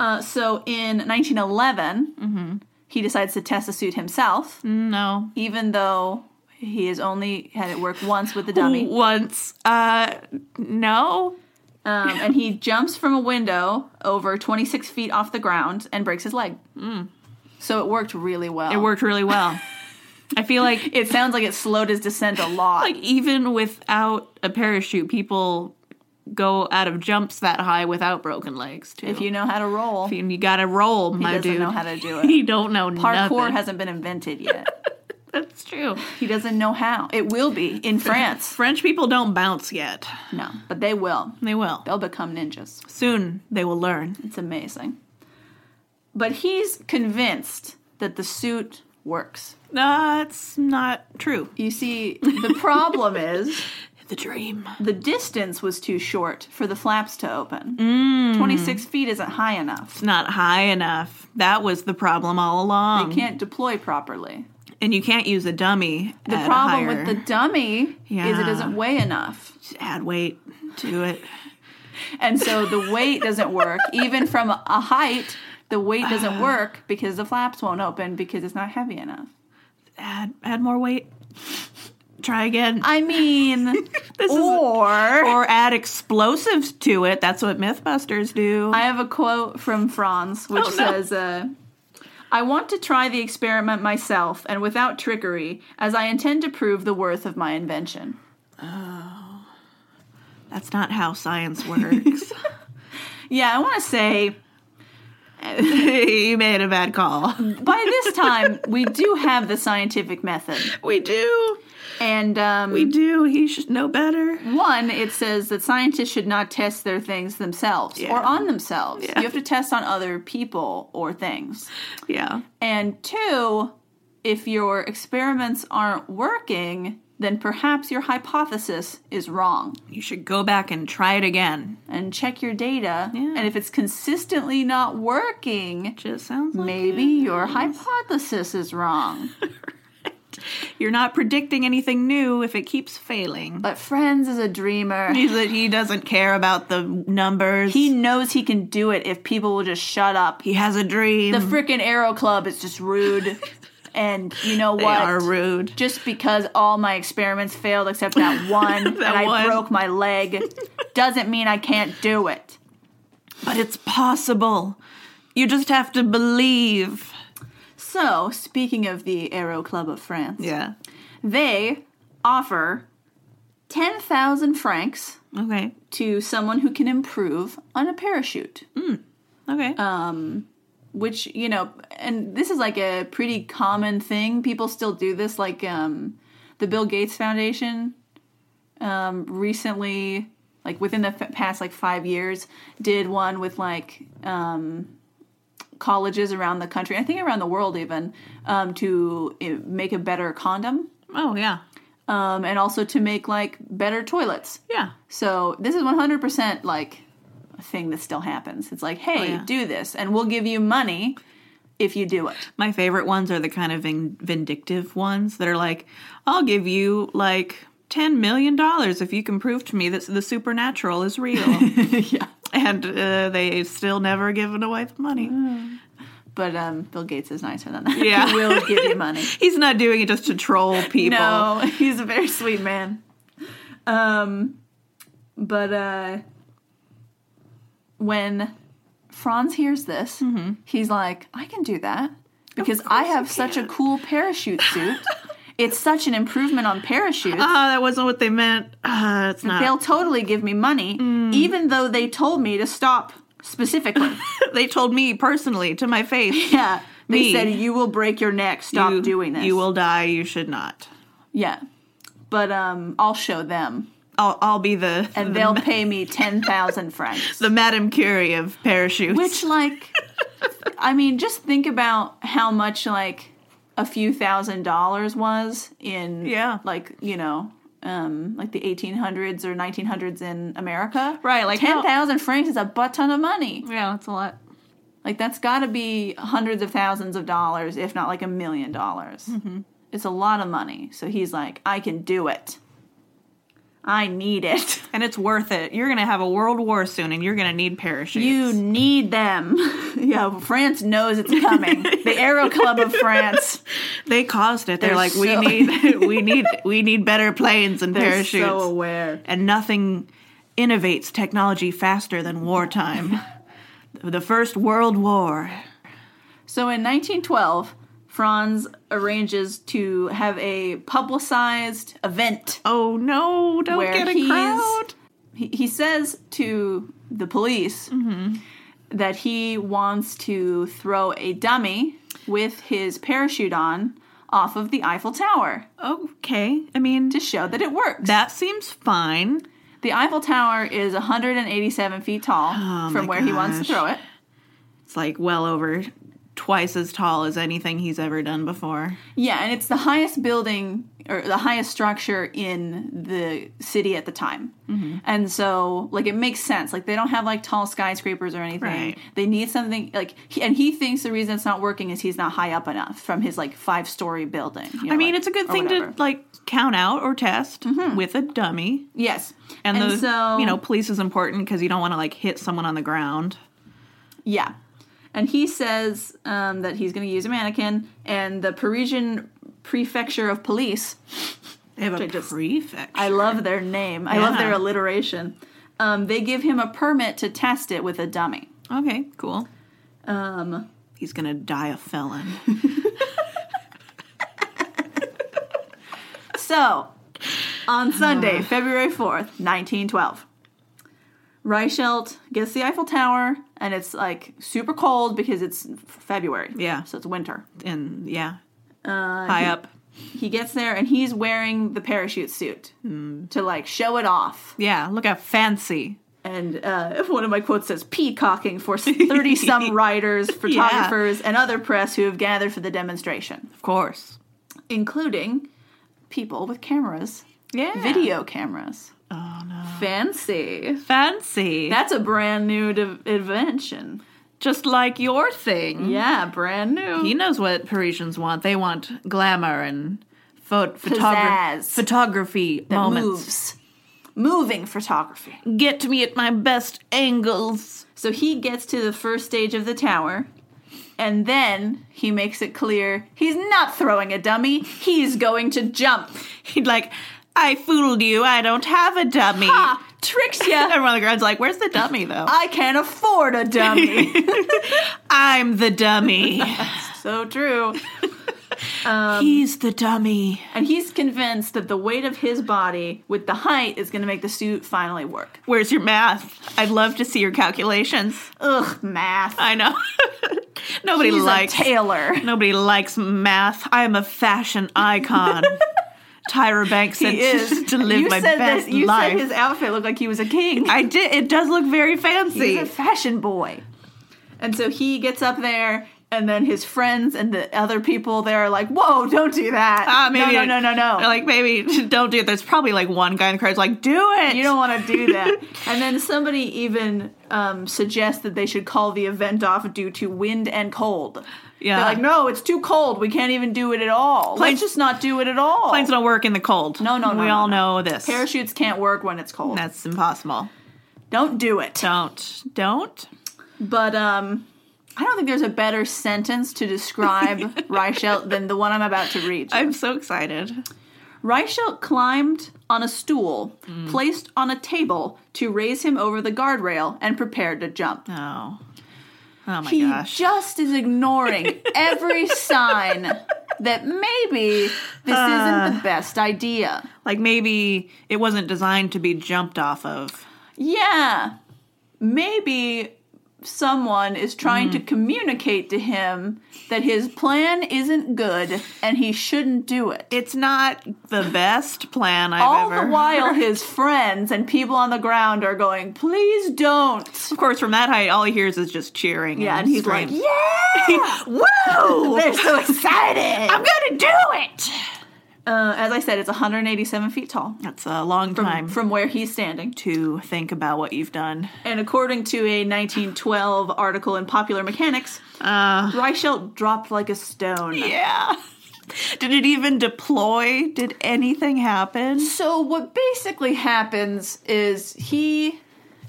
B: Uh, so in 1911,
A: Mm-hmm.
B: he decides to test the suit himself,
A: Mm. No.
B: even though he has only had it work once
A: [LAUGHS]
B: with the dummy.
A: Once. Uh, no.
B: Um, and he jumps from a window over 26 feet off the ground and breaks his leg. So it worked really well.
A: Mm. It worked really well. I feel like
B: It sounds like it slowed his descent a lot.
A: like even without a parachute, people go out of jumps that high without broken legs too.
B: if you know how to roll,
A: you gotta roll, my
B: doesn't
A: dude.
B: know how
A: [LAUGHS]
B: to do it.
A: He don't know
B: parkour
A: nothing.
B: hasn't been invented yet.
A: That's true.
B: he doesn't know how. It will be
A: [LAUGHS]
B: in France.
A: French people don't bounce yet.
B: No, but they will.
A: They will.
B: They'll become ninjas.
A: Soon they will learn.
B: It's amazing. But he's convinced that the suit works.
A: That's not true.
B: You see, the
A: [LAUGHS]
B: problem is
A: The dream.
B: the distance was too short for the flaps to open.
A: Mm.
B: 26 feet isn't high enough.
A: It's not high enough. That was the problem all along.
B: They can't deploy properly.
A: and you can't use a dummy.
B: The
A: at a
B: problem
A: higher-
B: with the dummy is
A: Yeah.
B: it doesn't weigh enough.
A: add weight to it.
B: And so the weight doesn't work. Even from a height, the weight
A: Uh-huh.
B: doesn't work because the flaps won't open because it's not heavy enough.
A: Add add more weight. Try again.
B: I mean,
A: [LAUGHS] This is-
B: or
A: or add explosives to it. That's what Mythbusters do.
B: I have a quote from Franz, which
A: Oh, no.
B: says, uh, I want to try the experiment myself and without trickery, as I intend to prove the worth of my invention.
A: That's not how science
B: [LAUGHS]
A: works. [LAUGHS]
B: Yeah, I want to say
A: you made a bad call.
B: by this time, we do have the scientific method.
A: We do.
B: And um,
A: We do. He should know better.
B: one, it says that scientists should not test their things themselves or
A: Yeah.
B: on themselves.
A: Yeah.
B: You have to test on other people or things.
A: Yeah.
B: And two, if your experiments aren't working, then perhaps your hypothesis is wrong.
A: You should go back and try it again.
B: And check your data.
A: Yeah.
B: And if it's consistently not working,
A: Just sounds like
B: maybe your hypothesis is wrong.
A: You're not predicting anything new if it keeps failing.
B: But Friends is a
A: [LAUGHS]
B: dreamer.
A: He's a, he doesn't care about the numbers.
B: He knows he can do it if people will just shut up.
A: he has a dream.
B: The frickin' Arrow Club is just
A: [LAUGHS]
B: rude. and you know
A: they
B: what?
A: are rude.
B: just because all my experiments failed
A: [LAUGHS]
B: except that one and
A: That
B: I
A: one.
B: broke
A: [LAUGHS]
B: my leg doesn't mean I can't do it.
A: But it's possible. You just have to believe.
B: So, speaking of the Aero Club of France,
A: Yeah.
B: they offer 10,000 francs
A: Okay.
B: to someone who can improve on a parachute,
A: Okay.
B: Uh, which, you know, and this is like a pretty common thing. People still do this like um the Bill Gates Foundation um, recently, like within the f- past like five years, did one with like um, colleges around the country, I think around the world even, um, to uh, make a better condom
A: Oh yeah,
B: um, and also to make like better toilets.
A: yeah.
B: So this is 100% like a thing that still happens. It's like, hey,
A: Oh, yeah.
B: do this, and we'll give you money if you do it.
A: My favorite ones are the kind of vin- vindictive ones that are like, I'll give you like ten million dollars if you can prove to me that the supernatural is real,
B: [LAUGHS] yeah.
A: and uh, they still never given away the money.
B: Mm. But um, Bill Gates is nicer than that.
A: Yeah.
B: [LAUGHS] he will give you money.
A: He's not doing it just to
B: [LAUGHS]
A: troll [LAUGHS] people.
B: No, he's a very sweet man. Um, but uh, when Franz hears this,
A: Mm-hmm.
B: he's like, "I can do that because I have such a cool
A: [LAUGHS]
B: parachute suit. it's such an improvement on parachutes.
A: Ah, that wasn't what they meant. Ah, Mm. it's not.
B: They'll totally give me money, even though they told me to stop specifically.
A: [LAUGHS] [LAUGHS] they told me personally to my face.
B: yeah, they
A: Me.
B: said you will break your neck. [LAUGHS] Stop
A: you,
B: doing this.
A: You will die. You should not.
B: Yeah, but um, I'll show them."
A: I'll, I'll be the
B: and
A: the,
B: they'll pay
A: [LAUGHS]
B: me 10,000 francs.
A: the Madame Curie of parachutes. [LAUGHS]
B: Which, like, I mean, just think about how much, like, a few thousand dollars was in,
A: Yeah.
B: like, you know, um, like the 1800s or 1900s in America.
A: Right, like how-
B: 10,000 francs is a butt ton of money.
A: yeah, that's a lot.
B: Like, that's got to be hundreds of thousands of dollars, if not like a million dollars. It's a lot of money. So he's like, I can do it. I need it.
A: And it's worth it. You're gonna have a world war soon, and you're gonna need parachutes.
B: [LAUGHS] You need them. [LAUGHS] yeah, France knows it's [LAUGHS] coming. the Aero Club of [LAUGHS] France.
A: they caused it. They're,
B: They're
A: like, we
B: so- [LAUGHS]
A: need, [LAUGHS] we need, we need better planes and
B: They're
A: parachutes.
B: so aware.
A: and nothing innovates technology faster than
B: [LAUGHS]
A: wartime. the first world war.
B: So in 1912, Franz arranges to have a publicized event.
A: Oh no! Don't
B: Where
A: get a
B: he's-
A: crowd.
B: He, he says to the police
A: Mm-hmm.
B: that he wants to throw a dummy with his parachute on off of the Eiffel Tower
A: Okay, I mean
B: to show that it works.
A: that seems fine.
B: the Eiffel Tower is 187 feet tall from
A: Oh my
B: where he wants to
A: gosh.
B: throw it.
A: It's like well over twice as tall as anything he's ever done before.
B: Yeah, and it's the highest building or the highest structure in the city at the time.
A: Mm-hmm.
B: And so, like, it makes sense. Like, they don't have like tall skyscrapers or anything.
A: Right.
B: They need something like, he, and he thinks the reason it's not working is he's not high up enough from his like five story building. you know,
A: I mean,
B: like,
A: it's a good
B: or
A: thing
B: whatever.
A: to like count out or test with a dummy.
B: Yes.
A: And, the
B: so,
A: you know, police is important because you don't want to like hit someone on the ground.
B: Yeah. And he says um, that he's going to use a mannequin, and the Parisian prefecture of police
A: They have a
B: Which I just-
A: prefect.
B: I love their name. I love
A: Yeah.
B: their alliteration. Um, they give him a permit to test it with a dummy.
A: okay, cool.
B: Um,
A: He's gonna die a felon.
B: [LAUGHS] so,
A: [SIGHS]
B: on Sunday, February 4th, 1912, Reichelt gets the Eiffel Tower, and it's like super cold because it's February.
A: Yeah.
B: So it's winter.
A: and yeah,
B: Uh,
A: high up.
B: he gets there, and he's wearing the parachute suit
A: Hmm.
B: to like show it off.
A: Yeah, look how fancy.
B: And uh, [LAUGHS] one of my quotes says, peacocking for
A: [LAUGHS]
B: 30 some writers, photographers, and other press who have gathered for the demonstration,
A: Of course.
B: including people with cameras,
A: Yeah.
B: video cameras.
A: Oh no.
B: Fancy.
A: Fancy.
B: That's a brand new div- invention.
A: just like your thing.
B: Yeah, brand new.
A: He knows what Parisians want. They want glamour and pho- photogra-
B: Pizzazz.
A: photography
B: That
A: moments.
B: moves. Moving photography.
A: Get me at my best angles.
B: So he gets to the first stage of the tower, and then he makes it clear he's not throwing a dummy, he's going to jump.
A: He'd like, I fooled you. I don't have a dummy.
B: Ha! Ah, Tricks [LAUGHS] ya!
A: Everyone on the ground's like, where's the dummy though?
B: I can't afford a dummy. [LAUGHS]
A: I'm the dummy.
B: so true. Um,
A: He's the dummy.
B: And he's convinced that the weight of his body with the height is going to make the suit finally work.
A: Where's your math? I'd love to see your calculations.
B: Ugh, math.
A: I know. [LAUGHS] Nobody
B: He's
A: likes
B: a tailor.
A: nobody likes math. I am a fashion
B: [LAUGHS]
A: icon. Tyra Banks said
B: He is.
A: [LAUGHS] to live
B: you
A: my
B: said
A: best
B: that, you
A: life.
B: said his outfit looked like he was a king.
A: I did. It does look very
B: He's
A: fancy.
B: a fashion boy. And so he gets up there, and then his friends and the other people there are like, "Whoa, don't do that!
A: Ah, maybe
B: no,
A: like-
B: no, no, no,
A: [LAUGHS]
B: no!
A: Like maybe don't do it. There's probably like one guy in the crowd's like, do it.
B: you don't want to do that." and then somebody even um, suggests that they should call the event off due to wind and cold.
A: Yeah.
B: They're like, "No, it's too cold. We can't even do it at all.
A: Planes-
B: Let's just not do it at all."
A: Planes don't work in the cold.
B: No, no, no,
A: We
B: no,
A: all
B: no.
A: know this.
B: Parachutes can't work when it's cold.
A: That's impossible.
B: Don't do it.
A: Don't. Don't.
B: But um, I don't think there's a better sentence to
A: [LAUGHS]
B: describe Reichelt than the one I'm about to read.
A: I'm so excited.
B: Reichelt climbed on a stool
A: Mm.
B: placed on a table to raise him over the guardrail and prepared to jump.
A: Oh. Oh my
B: he
A: gosh.
B: just is ignoring [LAUGHS] every sign that maybe this isn't the best idea.
A: like maybe it wasn't designed to be jumped off of.
B: Yeah. Maybe someone is trying to communicate to him that his plan isn't good and he shouldn't do it.
A: It's not the best plan I've
B: All
A: ever.
B: the while, his friends and people on the ground are going, please don't.
A: of course, from that height, all he hears is just cheering.
B: Yeah, and he's like,
A: screams. [LAUGHS]
B: yeah!
A: "Whoa!
B: They're [LAUGHS] so excited!
A: I'm gonna do it."
B: Uh, as I said, it's 187 feet tall
A: That's a long time
B: from where he's standing.
A: to think about what you've done.
B: And according to a 1912 article in Popular Mechanics,
A: Uh,
B: Reichelt dropped like a stone.
A: yeah. Did it even deploy? Did anything happen?
B: So what basically happens is he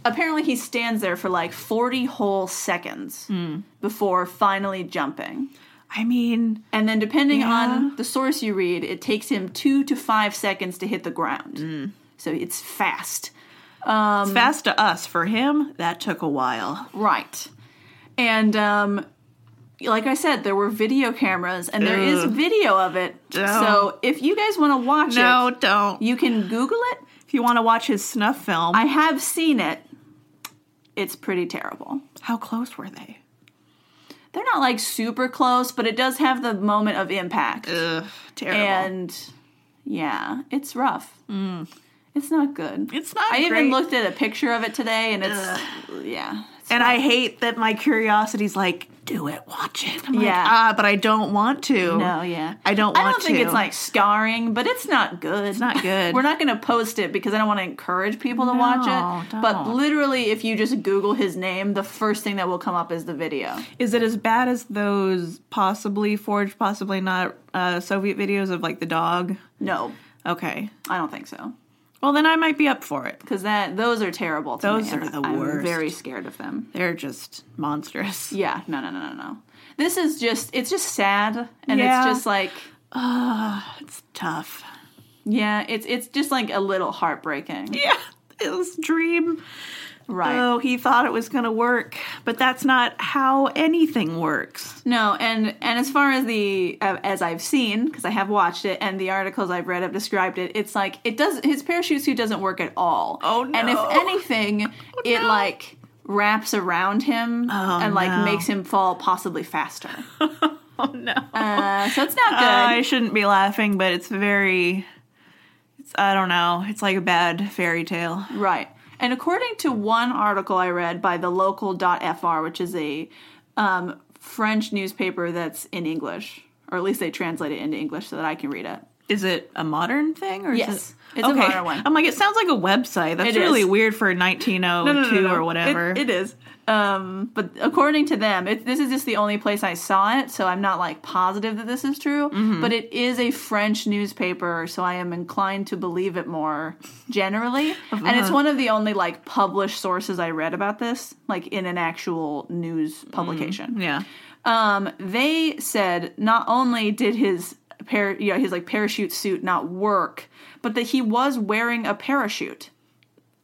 B: apparently he stands there for like 40 whole seconds before finally jumping.
A: I mean,
B: And then depending
A: Yeah.
B: on the source you read, it takes him 2 to 5 seconds to hit the ground. So it's fast.
A: it's fast to us. For him, that took a while.
B: Right. And um like I said, there were video cameras and there is
A: Ugh.
B: video of it. So if you guys want to watch it,
A: don't.
B: you can google it.
A: If you want to watch his snuff film,
B: I have seen it. It's pretty terrible.
A: how close were they?
B: They're not like super close, but it does have the moment of impact.
A: Ugh, terrible.
B: and yeah, it's rough. It's not good.
A: Mm. It's not
B: I
A: great.
B: even looked at a picture of it today and it's yeah. It's-
A: and I hate that my curiosity's like, do it, watch it. I'm like,
B: Yeah.
A: ah, but I don't want to.
B: no, yeah.
A: I don't
B: I
A: want
B: don't think
A: to.
B: it's like scarring, but it's not good. It's
A: not good.
B: We're not going to post it because I don't want to encourage people to watch
A: No,
B: it. But
A: don't.
B: literally, if you just Google his name, the first thing that will come up is the video.
A: Is it as bad as those possibly forged, possibly not uh, Soviet videos of like the dog?
B: No,
A: Okay.
B: I don't think so.
A: Well, then I might be up for it.
B: because that those are terrible. To
A: Those
B: me, and
A: are the
B: I'm
A: worst.
B: very scared of them.
A: They're just monstrous.
B: Yeah, no, no, no, no, no. This is just it's just sad, and
A: Yeah.
B: it's just like Ah,
A: It's tough.
B: yeah, it's it's just like a little heartbreaking,
A: Yeah. His dream.
B: right?
A: Oh, he thought it was going to work, but that's not how anything
B: [LAUGHS]
A: works.
B: No, and and as far as the uh, as I've seen because I have watched it and the articles I've read have described it, it's like it does his parachute suit doesn't work at all.
A: Oh,
B: And if
A: no. Oh,
B: anything, it
A: no. Oh,
B: like wraps around him and like
A: no.
B: makes him fall possibly faster.
A: Oh, no.
B: Uh, so it's not good.
A: Uh, I shouldn't be laughing, but it's very. It's I don't know. It's like a bad fairy tale.
B: Right. And according to one article I read by the local.fr, which is a um, French newspaper that's in English, or at least they translate it into English so that I can read it.
A: Is it a modern thing or
B: Yes.
A: is it?
B: It's a modern one.
A: I'm like, it sounds like a website. That's
B: It
A: really
B: is.
A: weird for 1902 or whatever.
B: It- it is. Um, but according to them, it, this is just the only place I saw it, so I'm not like positive that this is true.
A: Mm-hmm.
B: But it is a French newspaper, so I am inclined to believe it more generally. and it's one of the only like published sources I read about this, like in an actual news publication.
A: Mm. yeah.
B: um, they said not only did his par- you know, his like parachute suit not work, but that he was wearing a parachute,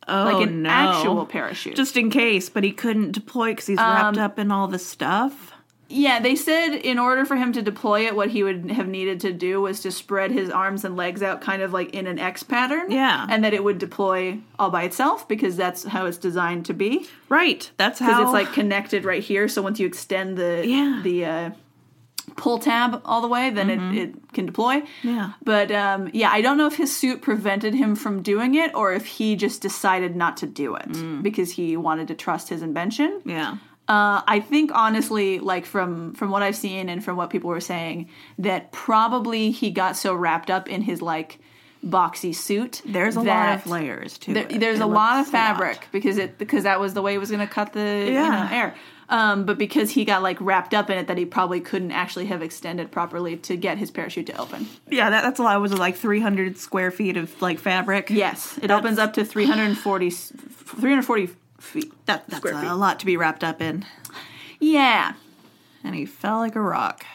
A: Oh
B: like an
A: no.
B: actual parachute. Um,
A: Just in case, but he couldn't deploy because he's wrapped up in all the stuff.
B: yeah, they said in order for him to deploy it, what he would have needed to do was to spread his arms and legs out, kind of like in an X pattern.
A: Yeah.
B: and that it would deploy all by itself because that's how it's designed to be.
A: Right. That's how.
B: because it's like connected right here. So once you extend the
A: Yeah. Mm-hmm.
B: the uh, pull tab all the way, then it, it can deploy.
A: Yeah.
B: But um, yeah, I don't know if his suit prevented him from doing
A: Mm.
B: it or if he just decided not to do it because he wanted to trust his invention.
A: Yeah.
B: Uh, I think honestly, like from from what I've seen and from what people were saying, that probably he got so wrapped up in his like boxy suit.
A: There's a lot
B: that
A: of layers to
B: there-
A: it.
B: there's
A: It
B: a lot
A: looks
B: of fabric because it because that was the way it was going to cut the you know,
A: Yeah.
B: air. Um, but because he got like wrapped up in it, that he probably couldn't actually have extended properly to get his parachute to open.
A: Yeah, that, that's a lot. Was it like 300 square feet of like fabric?
B: Yes, it opens up to 340, 340 feet.
A: that, that's
B: Square feet.
A: a lot to be wrapped up in.
B: Yeah.
A: And he fell like a rock.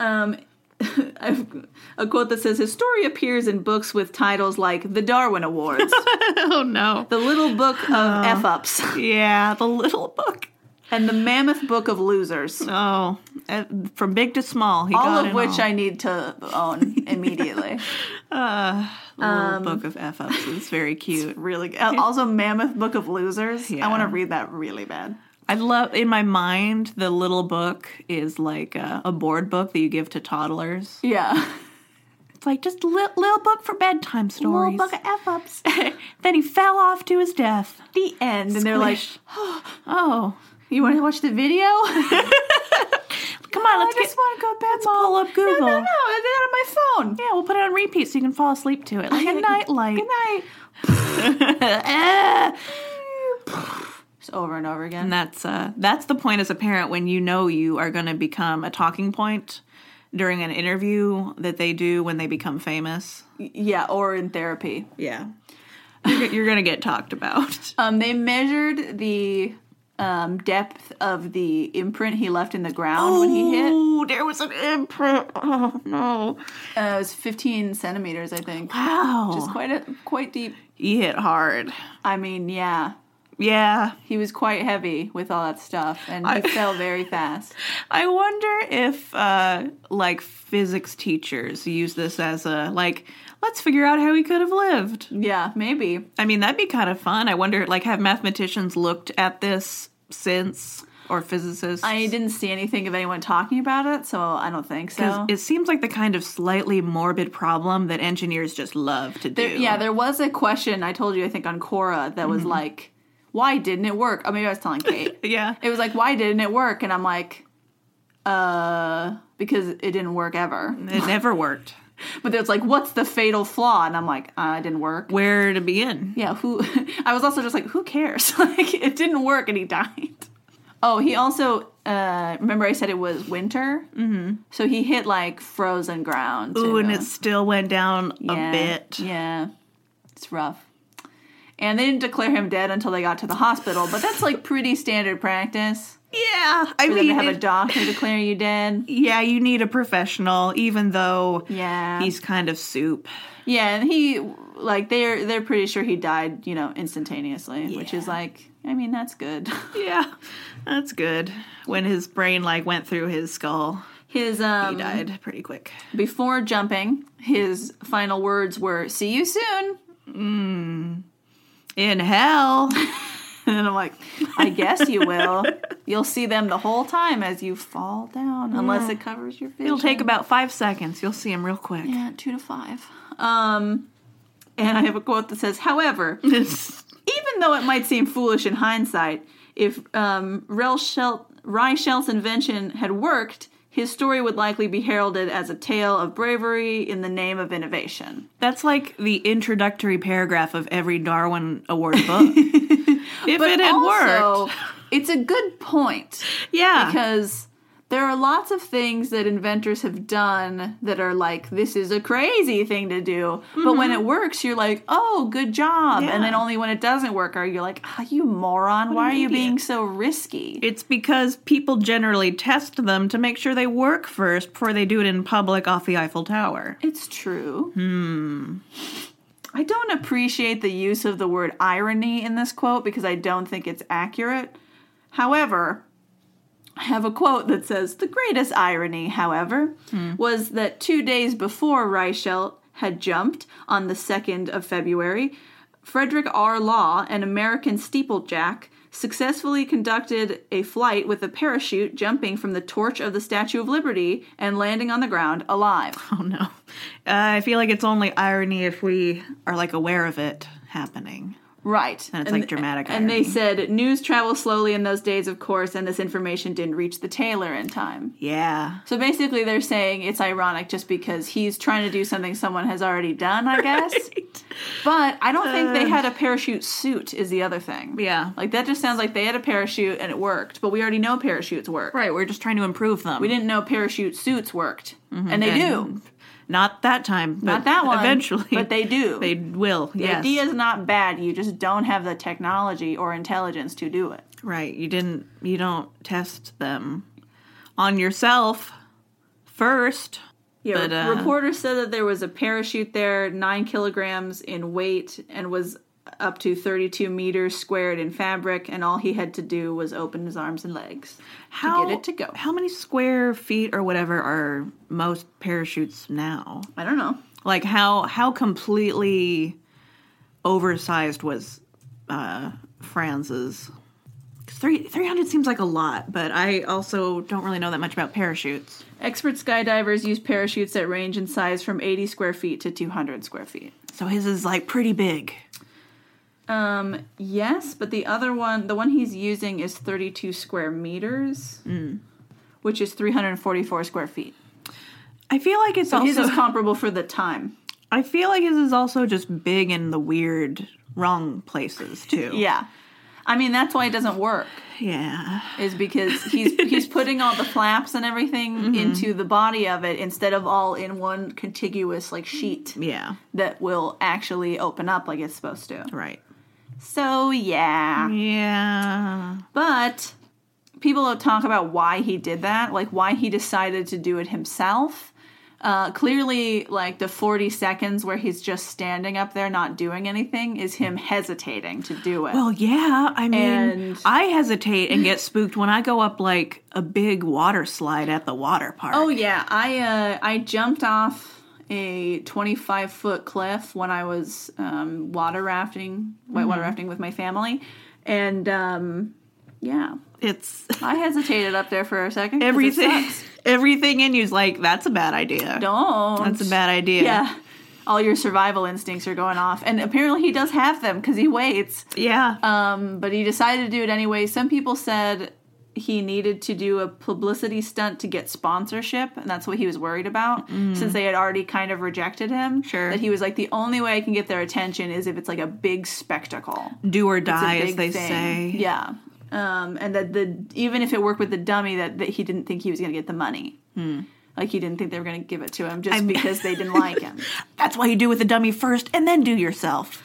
B: Um, [LAUGHS] I've a quote that says his story appears in books with titles like the Darwin [LAUGHS] Awards,
A: Oh no.
B: the Little Book of F Ups,
A: Yeah, the little book.
B: and the Mammoth Book of Losers.
A: Oh, uh, from big to small. He
B: All
A: got
B: of
A: it
B: which
A: all.
B: I need to [LAUGHS] own immediately.
A: The little
B: um,
A: book of f ups is
B: [LAUGHS]
A: very cute.
B: really good. Also, Mammoth Book of Losers. I
A: Yeah.
B: want to read that really bad.
A: I love in my mind the little book is like a, a board book that you give to toddlers.
B: Yeah.
A: It's like just li- little book for bedtime stories.
B: [LAUGHS] Little Book of F [LAUGHS] Ups.
A: then he fell off to his death.
B: the end. And they're like,
A: Squish. [GASPS] Oh,
B: You want to watch the video? [LAUGHS]
A: come on, let's
B: Oh, I
A: get
B: just want to go to bed,
A: let's
B: Mom.
A: pull up Google.
B: No, no, no. I did it on my phone.
A: Yeah, we'll put it on repeat so you can fall asleep to it, like a
B: [LAUGHS] Okay.
A: nightlight.
B: Good night. [LAUGHS]
A: Ah.
B: Just Eh. over and over again.
A: And that's uh, that's the point as a parent when you know you are going to become a talking point during an interview that they do when they become famous.
B: Yeah, or in therapy.
A: Yeah, you're, g- you're going to get talked about. [LAUGHS]
B: Um, they measured the um, depth of the imprint he left in the ground when he hit.
A: Oh, there was an imprint. Oh no!
B: Uh, it was 15 centimeters, I think.
A: Wow,
B: It's quite a quite deep.
A: he hit hard.
B: I mean, yeah,
A: Yeah,
B: he was quite heavy with all that stuff, and he
A: I- [LAUGHS]
B: fell very fast.
A: I wonder if uh, like physics teachers use this as a like. Let's figure out how he could have lived.
B: Yeah, maybe.
A: I mean, that'd be kind of fun. I wonder, like, have mathematicians looked at this since, or physicists?
B: I didn't see anything of anyone talking about it, so I don't think
A: 'Cause
B: so.
A: it seems like the kind of slightly morbid problem that engineers just love to do.
B: There- yeah, there was a question I told you I think on Cora that was
A: Mm-hmm.
B: like, "Why didn't it work?" Oh, maybe I was telling Kate.
A: yeah,
B: it was like why didn't it work and i'm like uh because it didn't work ever
A: it never worked.
B: but it's like what's the fatal flaw and i'm like uh, it didn't work
A: Where to begin?
B: yeah who [LAUGHS] i was also just like who cares [LAUGHS] like it didn't work and he died oh he also uh remember i said it was winter mm-hmm. so he hit like frozen ground
A: Ooh, and
B: uh,
A: it still went down
B: yeah,
A: a bit.
B: yeah it's rough and they didn't declare him dead until they got to the hospital but that's like pretty standard practice
A: Yeah, I
B: for them
A: mean,
B: to have a
A: it-
B: doctor declare you dead
A: yeah, you need a professional, even though
B: yeah
A: he's kind of soup.
B: Yeah, and he like they're they're pretty sure he died, you know, instantaneously, which is
A: Yeah.
B: like I mean that's good. [LAUGHS]
A: Yeah, that's good. When his brain like went through his skull,
B: His
A: he
B: um
A: died pretty quick.
B: before jumping, his final words were "See you soon," [LAUGHS]
A: In hell.
B: and I'm like, I guess
A: [LAUGHS]
B: you will. You'll see them the whole time as you fall down, unless it covers your vision.
A: It'll take about five seconds. You'll see him real quick.
B: yeah, two to five. Um, and I have a quote that
A: [LAUGHS]
B: says, "However, even though it might seem foolish in hindsight, if um, Rel Shel- Reichel's invention had worked, his story would likely be heralded as a tale of bravery in the name of innovation.
A: That's like the introductory paragraph of every Darwin Award [LAUGHS] book. if it had
B: also,
A: worked. [LAUGHS]
B: it's a good point
A: Yeah.
B: because there are lots of things that inventors have done that are like, this is a crazy thing to do. But when it works, you're like, oh, good job.
A: Mm-hmm. Yeah.
B: And then only when it doesn't work are you like, ah, you moron, why are
A: an
B: you
A: idiot."
B: being so risky?
A: it's because people generally test them to make sure they work first before they do it in public off the Eiffel Tower.
B: It's true. Hmm. I don't appreciate the use of the word irony in this quote because I don't think it's accurate. However, I have a quote that says the greatest irony, however, was that two days before Reichelt had jumped on the 2nd of February, Frederick R. Law, an American steeplejack, successfully conducted a flight with a parachute jumping from the torch of the Statue of Liberty and landing on the ground alive.
A: Oh no. Uh, I feel like it's only irony if we are like aware of it happening.
B: Right.
A: And it's like dramatic
B: And
A: irony.
B: they said news travels slowly in those days, of course, and this information didn't reach the tailor in time.
A: Yeah.
B: So basically, they're saying it's ironic just because he's trying to do something someone has already done, I
A: [LAUGHS]
B: guess. But I don't think they had a parachute suit, is the other thing.
A: Um. Yeah.
B: Like, that just sounds like they had a parachute and it worked, but we already know parachutes work.
A: Right. We're just trying to improve them.
B: We didn't know parachute suits worked,
A: Mm-hmm.
B: and they do.
A: Not that time. But
B: Not that one.
A: Eventually.
B: But they do.
A: They will.
B: the
A: yes.
B: idea is not bad, you just don't have the technology or intelligence to do it.
A: Right. You didn't. You don't test them on yourself first.
B: Yeah,
A: But,
B: re-
A: uh,
B: reporters said that there was a parachute there, nine kilograms in weight, and was up to 32 meters squared in fabric, and all he had to do was open his arms and legs
A: How
B: to get it to go.
A: How many square feet or whatever are most parachutes now?
B: I don't know.
A: Like how how completely oversized was uh, Franz's? 'Cause Three three hundred seems like a lot, but I also don't really know that much about parachutes.
B: Expert skydivers use parachutes that range in size from 80 square feet to 200 square feet.
A: So his is like pretty big.
B: Um, yes, but the other one, the one he's using is 32 square meters,
A: Mm.
B: which is 344 square feet.
A: I feel like it's
B: His
A: also
B: is comparable for the time.
A: [LAUGHS] I feel like his is also just big in the weird wrong places too.
B: Yeah. I mean, that's why it doesn't work.
A: Yeah.
B: is because he's he's putting all the flaps and everything into the body of it instead of all in one contiguous like sheet
A: Yeah.
B: that will actually open up like it's supposed to.
A: Right.
B: So yeah,
A: Yeah.
B: but people don't talk about why he did that, like why he decided to do it himself. Uh, clearly, like the 40 seconds where he's just standing up there not doing anything is him hesitating to do it.
A: Well, yeah. I mean,
B: And-
A: I hesitate and
B: [LAUGHS]
A: get spooked when I go up like a big water slide at the water park.
B: Oh yeah, I uh, I jumped off a 25 foot cliff when I was um, water rafting, whitewater
A: Mm-hmm.
B: rafting with my family, and um, yeah, [LAUGHS]
A: it's
B: I hesitated up there for a second. 'cause
A: [LAUGHS]
B: it
A: everything.
B: sucks.
A: Everything in you's like that's a bad idea.
B: Don't.
A: That's a bad idea.
B: Yeah. All your survival instincts are going off, and apparently he does have them because he waits.
A: Yeah.
B: Um, but he decided to do it anyway. Some people said he needed to do a publicity stunt to get sponsorship, and that's what he was worried about since they had already kind of rejected him.
A: Mm. Sure.
B: That he was like, the only way I can get their attention is if it's like a big spectacle.
A: Do or
B: It's a
A: die, as
B: big
A: they
B: thing.
A: say.
B: Yeah. Um, and that the even if it worked with the dummy, that, that he didn't think he was going to get the money.
A: Hmm.
B: Like he didn't think they were going to give it to him just because they
A: [LAUGHS]
B: didn't like him.
A: That's why you do with the dummy first, and then do yourself.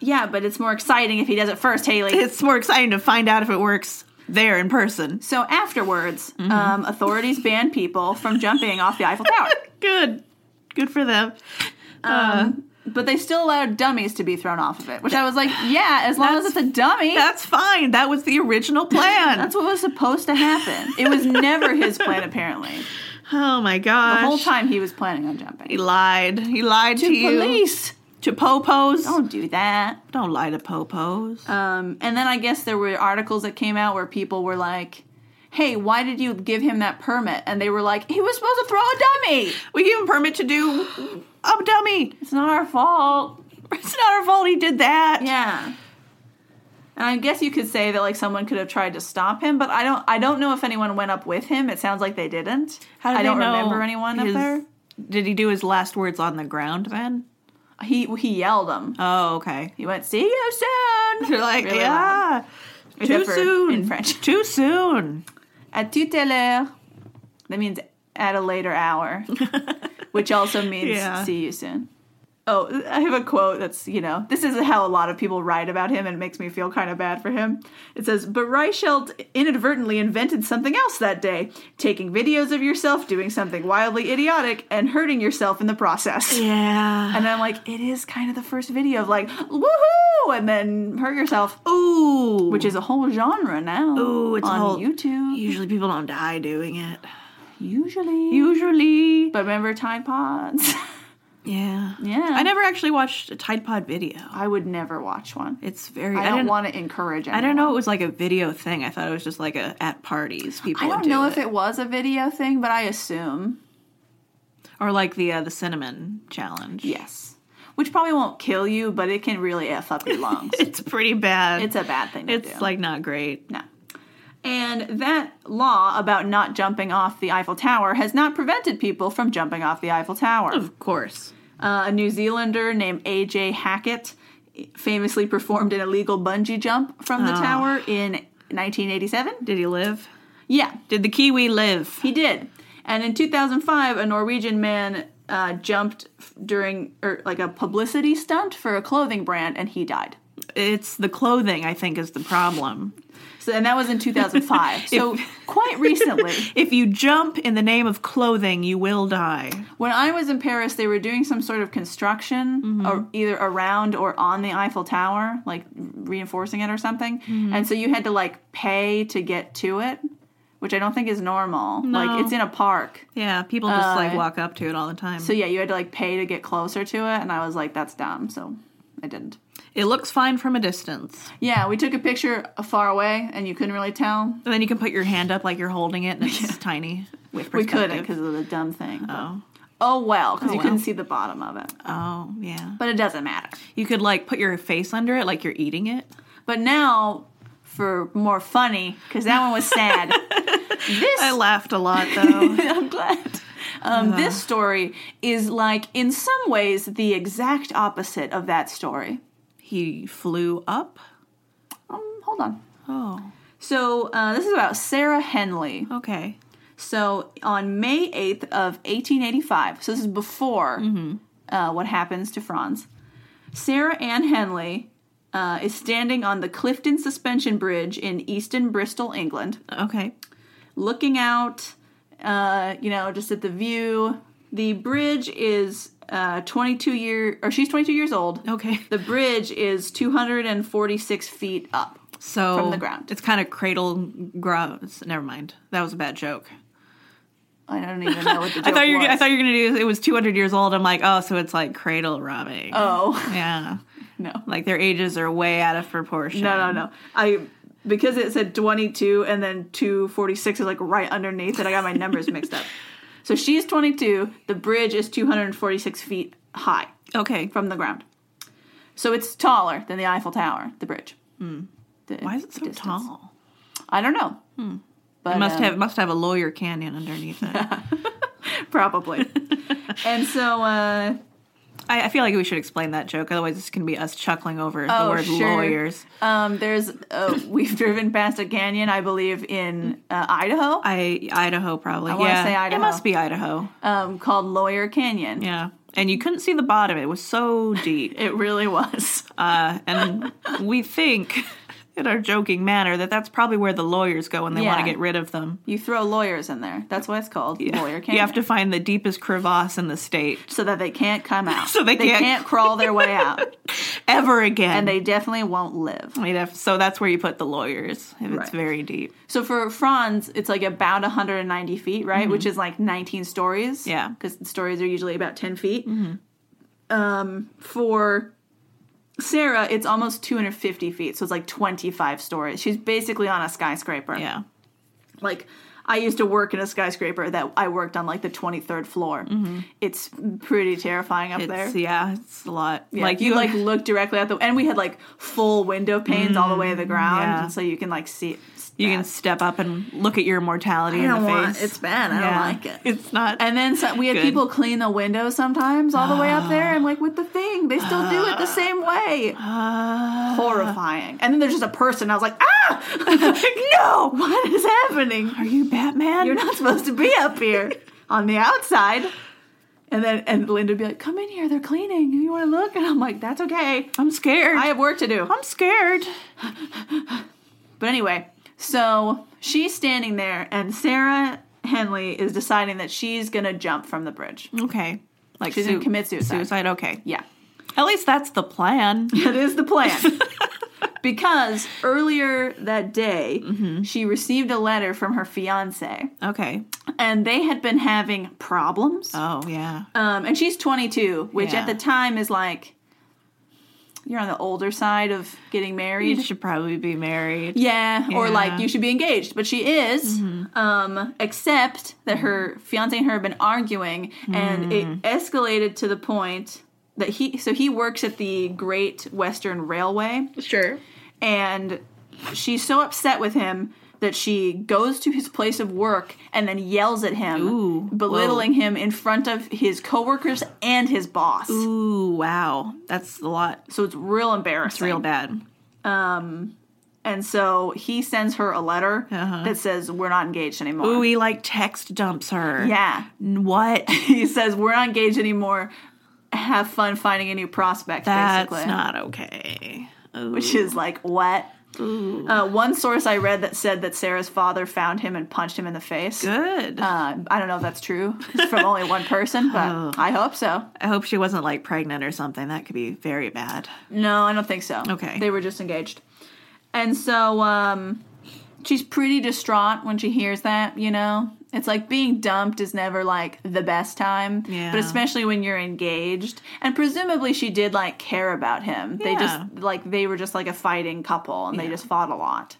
B: Yeah, but it's more exciting if he does it first, Haley.
A: It's more exciting to find out if it works there in person.
B: So afterwards,
A: Mm-hmm.
B: um, authorities banned people from jumping off the
A: [LAUGHS]
B: Eiffel Tower,
A: Good. Good for them.
B: but they still allowed dummies to be thrown off of it. Which I
A: [LAUGHS]
B: was like, yeah, as long as it's a dummy,
A: That's fine. That was the original plan.
B: [LAUGHS] that's what was supposed to happen. It
A: [LAUGHS]
B: was never his plan, apparently.
A: oh my gosh.
B: The whole time he was planning on jumping.
A: He lied. He lied to, you.
B: Police,
A: To popos. Uh, Don't,
B: don't do that.
A: don't lie to popos.
B: Um, and then I guess there were articles that came out where people were like. Hey, why did you give him that permit? And they were like, he was supposed to throw a dummy.
A: we gave him permit to do a dummy.
B: It's not our fault.
A: It's not our fault he did that.
B: Yeah. And I guess you could say that like someone could have tried to stop him, but I don't I don't know if anyone went up with him. It sounds like they didn't.
A: How did
B: I
A: they
B: don't
A: know
B: remember anyone
A: his-
B: up there.
A: Did he do his last words on the ground then?
B: He he yelled them.
A: Oh, okay.
B: He went, "See you
A: [LAUGHS]
B: soon."
A: They're like,
B: Really loud.
A: yeah. Too
B: Except for
A: soon.
B: in
A: [LAUGHS]
B: French.
A: Too soon.
B: At tout à l'heure. That means at a
A: [LAUGHS]
B: later hour, which also means
A: Yeah.
B: see you soon. Oh, I have a quote that's, you know, this is how a lot of people write about him and it makes me feel kind of bad for him. It says, But Reichelt inadvertently invented something else that day taking videos of yourself doing something wildly idiotic and hurting yourself in the process.
A: Yeah.
B: And I'm like, It is kind of the first video of like, woohoo! And then hurt yourself,
A: Ooh.
B: which is a whole genre now
A: Ooh, it's a
B: on
A: whole-
B: YouTube.
A: usually people don't die doing it.
B: Usually.
A: Usually.
B: But remember Tide Pods? [LAUGHS]
A: Yeah.
B: yeah.
A: I never actually watched a Tide Pod video.
B: I would never watch one.
A: It's very.
B: I, don't
A: didn't-
B: want to encourage anyone.
A: I don't know. It was like a video thing. I thought it was just like a at parties. People.
B: I
A: would
B: don't
A: do
B: know
A: it.
B: if it was a video thing, but I assume.
A: or like the uh, the cinnamon challenge.
B: Yes. which probably won't kill you, but it can really f up your [LAUGHS] lungs.
A: It's pretty bad.
B: it's a bad thing. To
A: it's
B: do.
A: like not great.
B: No. And that law about not jumping off the Eiffel Tower has not prevented people from jumping off the Eiffel Tower.
A: Of course.
B: Uh, a New Zealander named A.J. Hackett famously performed an illegal bungee jump from the tower in 1987.
A: Did he live?
B: Yeah,
A: Did the kiwi live?
B: he did. And in 2005, a Norwegian man uh, jumped f- during or like a publicity stunt for a clothing brand, and he died.
A: It's the clothing I think is the problem.
B: So, and that was in 2005. so quite recently.
A: If you jump in the name of clothing, you will die.
B: When I was in Paris, they were doing some sort of construction,
A: Mm-hmm.
B: or either around or on the Eiffel Tower, like reinforcing it or something.
A: Mm-hmm.
B: And so you had to like pay to get to it, which I don't think is normal. Like it's in a park,
A: Yeah, people just like
B: Uh,
A: walk up to it all the time.
B: so yeah, you had to like pay to get closer to it. And I was like, that's dumb, so I didn't.
A: it looks fine from a distance.
B: Yeah, we took a picture far away, and you couldn't really tell.
A: And then you can put your hand up like you're holding it and [LAUGHS] it's tiny with
B: We couldn't
A: perspective.
B: because of the dumb thing. but-
A: Oh.
B: Oh well, because you
A: well.
B: couldn't see the bottom of it.
A: Oh, yeah.
B: But it doesn't matter.
A: You could like put your face under it like you're eating it.
B: But now for more funny, because that one was sad. this
A: I laughed a lot
B: [LAUGHS]
A: though.
B: I'm glad. Um, This story is like, in some ways, the exact opposite of that story.
A: he flew up.
B: Um, hold on.
A: Oh,
B: So uh, this is about Sarah Henley.
A: okay.
B: So on May 8th of 1885, so this is before uh, what happens to Franz, Sarah Ann Henley uh, is standing on the Clifton Suspension Bridge in Easton, Bristol, England.
A: Okay.
B: looking out, uh, you know, just at the view. The bridge is uh, 22 year, or she's 22 years old.
A: Okay.
B: The bridge is 246 feet up.
A: So
B: From the ground.
A: It's kind of cradle grounds. Never mind. That was a bad joke.
B: I don't even know what the
A: [LAUGHS]
B: joke
A: I thought you were,
B: was.
A: I thought you were going to do it was 200 years old. I'm like, "Oh, so it's like cradle robbing."
B: oh [LAUGHS]
A: Yeah.
B: no,
A: Like their ages are way out of proportion.
B: no, no, no. I because it said 22 and then 246 is like right underneath it. I got my numbers mixed
A: [LAUGHS]
B: up. So she's 22. The bridge is 246 feet high.
A: Okay.
B: from the ground. So it's taller than the Eiffel Tower, the bridge. The
A: Hmm. Why is it so
B: distance.
A: tall?
B: I don't know. But
A: It must
B: um,
A: have must have a lawyer canyon underneath
B: [LAUGHS]
A: it. I, [LAUGHS]
B: probably. and so uh
A: I feel like we should explain that joke. Otherwise, it's going to be us chuckling over the
B: Oh,
A: word
B: sure.
A: lawyers.
B: um there's uh, we've driven past a canyon, I believe in uh, Idaho,
A: I Idaho probably.
B: wanna
A: yeah.
B: say
A: It
B: Idaho.
A: must be Idaho.
B: um called Lawyer Canyon.
A: Yeah. And you couldn't see the bottom. It was so deep.
B: [LAUGHS] It really was. [LAUGHS]
A: Uh, and we think, in our joking manner, that that's probably where the lawyers go when they want
B: Yeah.
A: to get rid of them.
B: You throw lawyers in there. That's why it's called Lawyer Canyon.
A: You have to find the deepest crevasse in the state [LAUGHS]
B: so that they can't come out.
A: So they can't-
B: can't crawl their
A: [LAUGHS]
B: way out.
A: ever again.
B: and they definitely won't live.
A: We'd have- so that's where you put the lawyers if it's
B: Right.
A: very deep.
B: So for Franz, it's like about 190 feet, right? Which is like 19 stories.
A: Mm-hmm. Yeah. Mm-hmm.
B: Because stories are usually about 10 feet. Um, for Sarah, it's almost 250 feet. So it's like 25 stories. She's basically on a skyscraper.
A: Yeah.
B: Like, I used to work in a skyscraper that I worked on like the 23rd floor. It's pretty terrifying up
A: Mm-hmm. It's,
B: there.
A: Yeah, it's a lot.
B: Yeah,
A: like [LAUGHS]
B: you, like look directly at the and we had like full window panes all the way to the ground
A: Mm, yeah.
B: and so you can like see
A: you can step up and look at your mortality
B: I
A: in
B: don't
A: the
B: want-
A: face.
B: it's bad. I
A: Yeah.
B: don't like it.
A: It's not.
B: And then so, we had
A: Good. Ah.
B: people clean the windows sometimes all the way up there. I'm like, with the thing, they still do it the same way.
A: Uh,
B: Horrifying. And then there's just a person. I was
A: [LAUGHS]
B: like, ah, [LAUGHS] no, what is happening?
A: are you Batman?
B: You're not supposed to be
A: [LAUGHS]
B: up here on the outside. And then and Linda would be like, come in here, they're cleaning. You want to look? And I'm like, that's okay.
A: I'm scared.
B: I have work to do.
A: I'm scared.
B: But anyway, so she's standing there, and Sarah Henley is deciding that she's gonna jump from the bridge.
A: Okay. Like
B: She's gonna commit suicide.
A: Suicide. Okay.
B: Yeah. [LAUGHS]
A: At least that's the plan.
B: That is
A: [LAUGHS]
B: the plan. because earlier that day,
A: Mm-hmm.
B: she received a letter from her fiance,
A: Okay.
B: and they had been having problems.
A: Oh yeah.
B: Um, and she's 22, which
A: Yeah.
B: at the time is like, you're on the older side of getting married.
A: You should probably be married.
B: Yeah,
A: Yeah.
B: or
A: Mm-hmm.
B: like you should be engaged, but she is. Um,
A: Mm.
B: except that her fiance and her have been arguing, and it escalated to the point that he so he works at the Great Western Railway
A: Sure.
B: and she's so upset with him that she goes to his place of work and then yells at him,
A: Ooh,
B: belittling him in front of his coworkers and his boss.
A: Ooh, wow. That's a lot.
B: So it's real embarrassing.
A: It's real bad.
B: And so he sends her a letter that says, We're not engaged anymore.
A: Uh-huh. Ooh, he like text dumps her.
B: yeah.
A: N- [LAUGHS] What?
B: He says, We're not engaged anymore. Have fun finding a new prospect,
A: That's
B: basically.
A: not okay. Ooh.
B: Which is like, what? Uh, one source I read that said that Sarah's father found him and punched him in the face.
A: Good.
B: Uh, I don't know if that's true [LAUGHS] It's from only one person,
A: Oh.
B: but I hope so.
A: I hope she wasn't like pregnant or something. That could be very bad.
B: No, I don't think so.
A: Okay.
B: They were just engaged. And so um, she's pretty distraught when she hears that, you know? It's like being dumped is never like the best time,
A: Yeah.
B: but especially when you're engaged. And presumably she did like care about him. They
A: Yeah.
B: just like they were just like a fighting couple and they just fought a lot.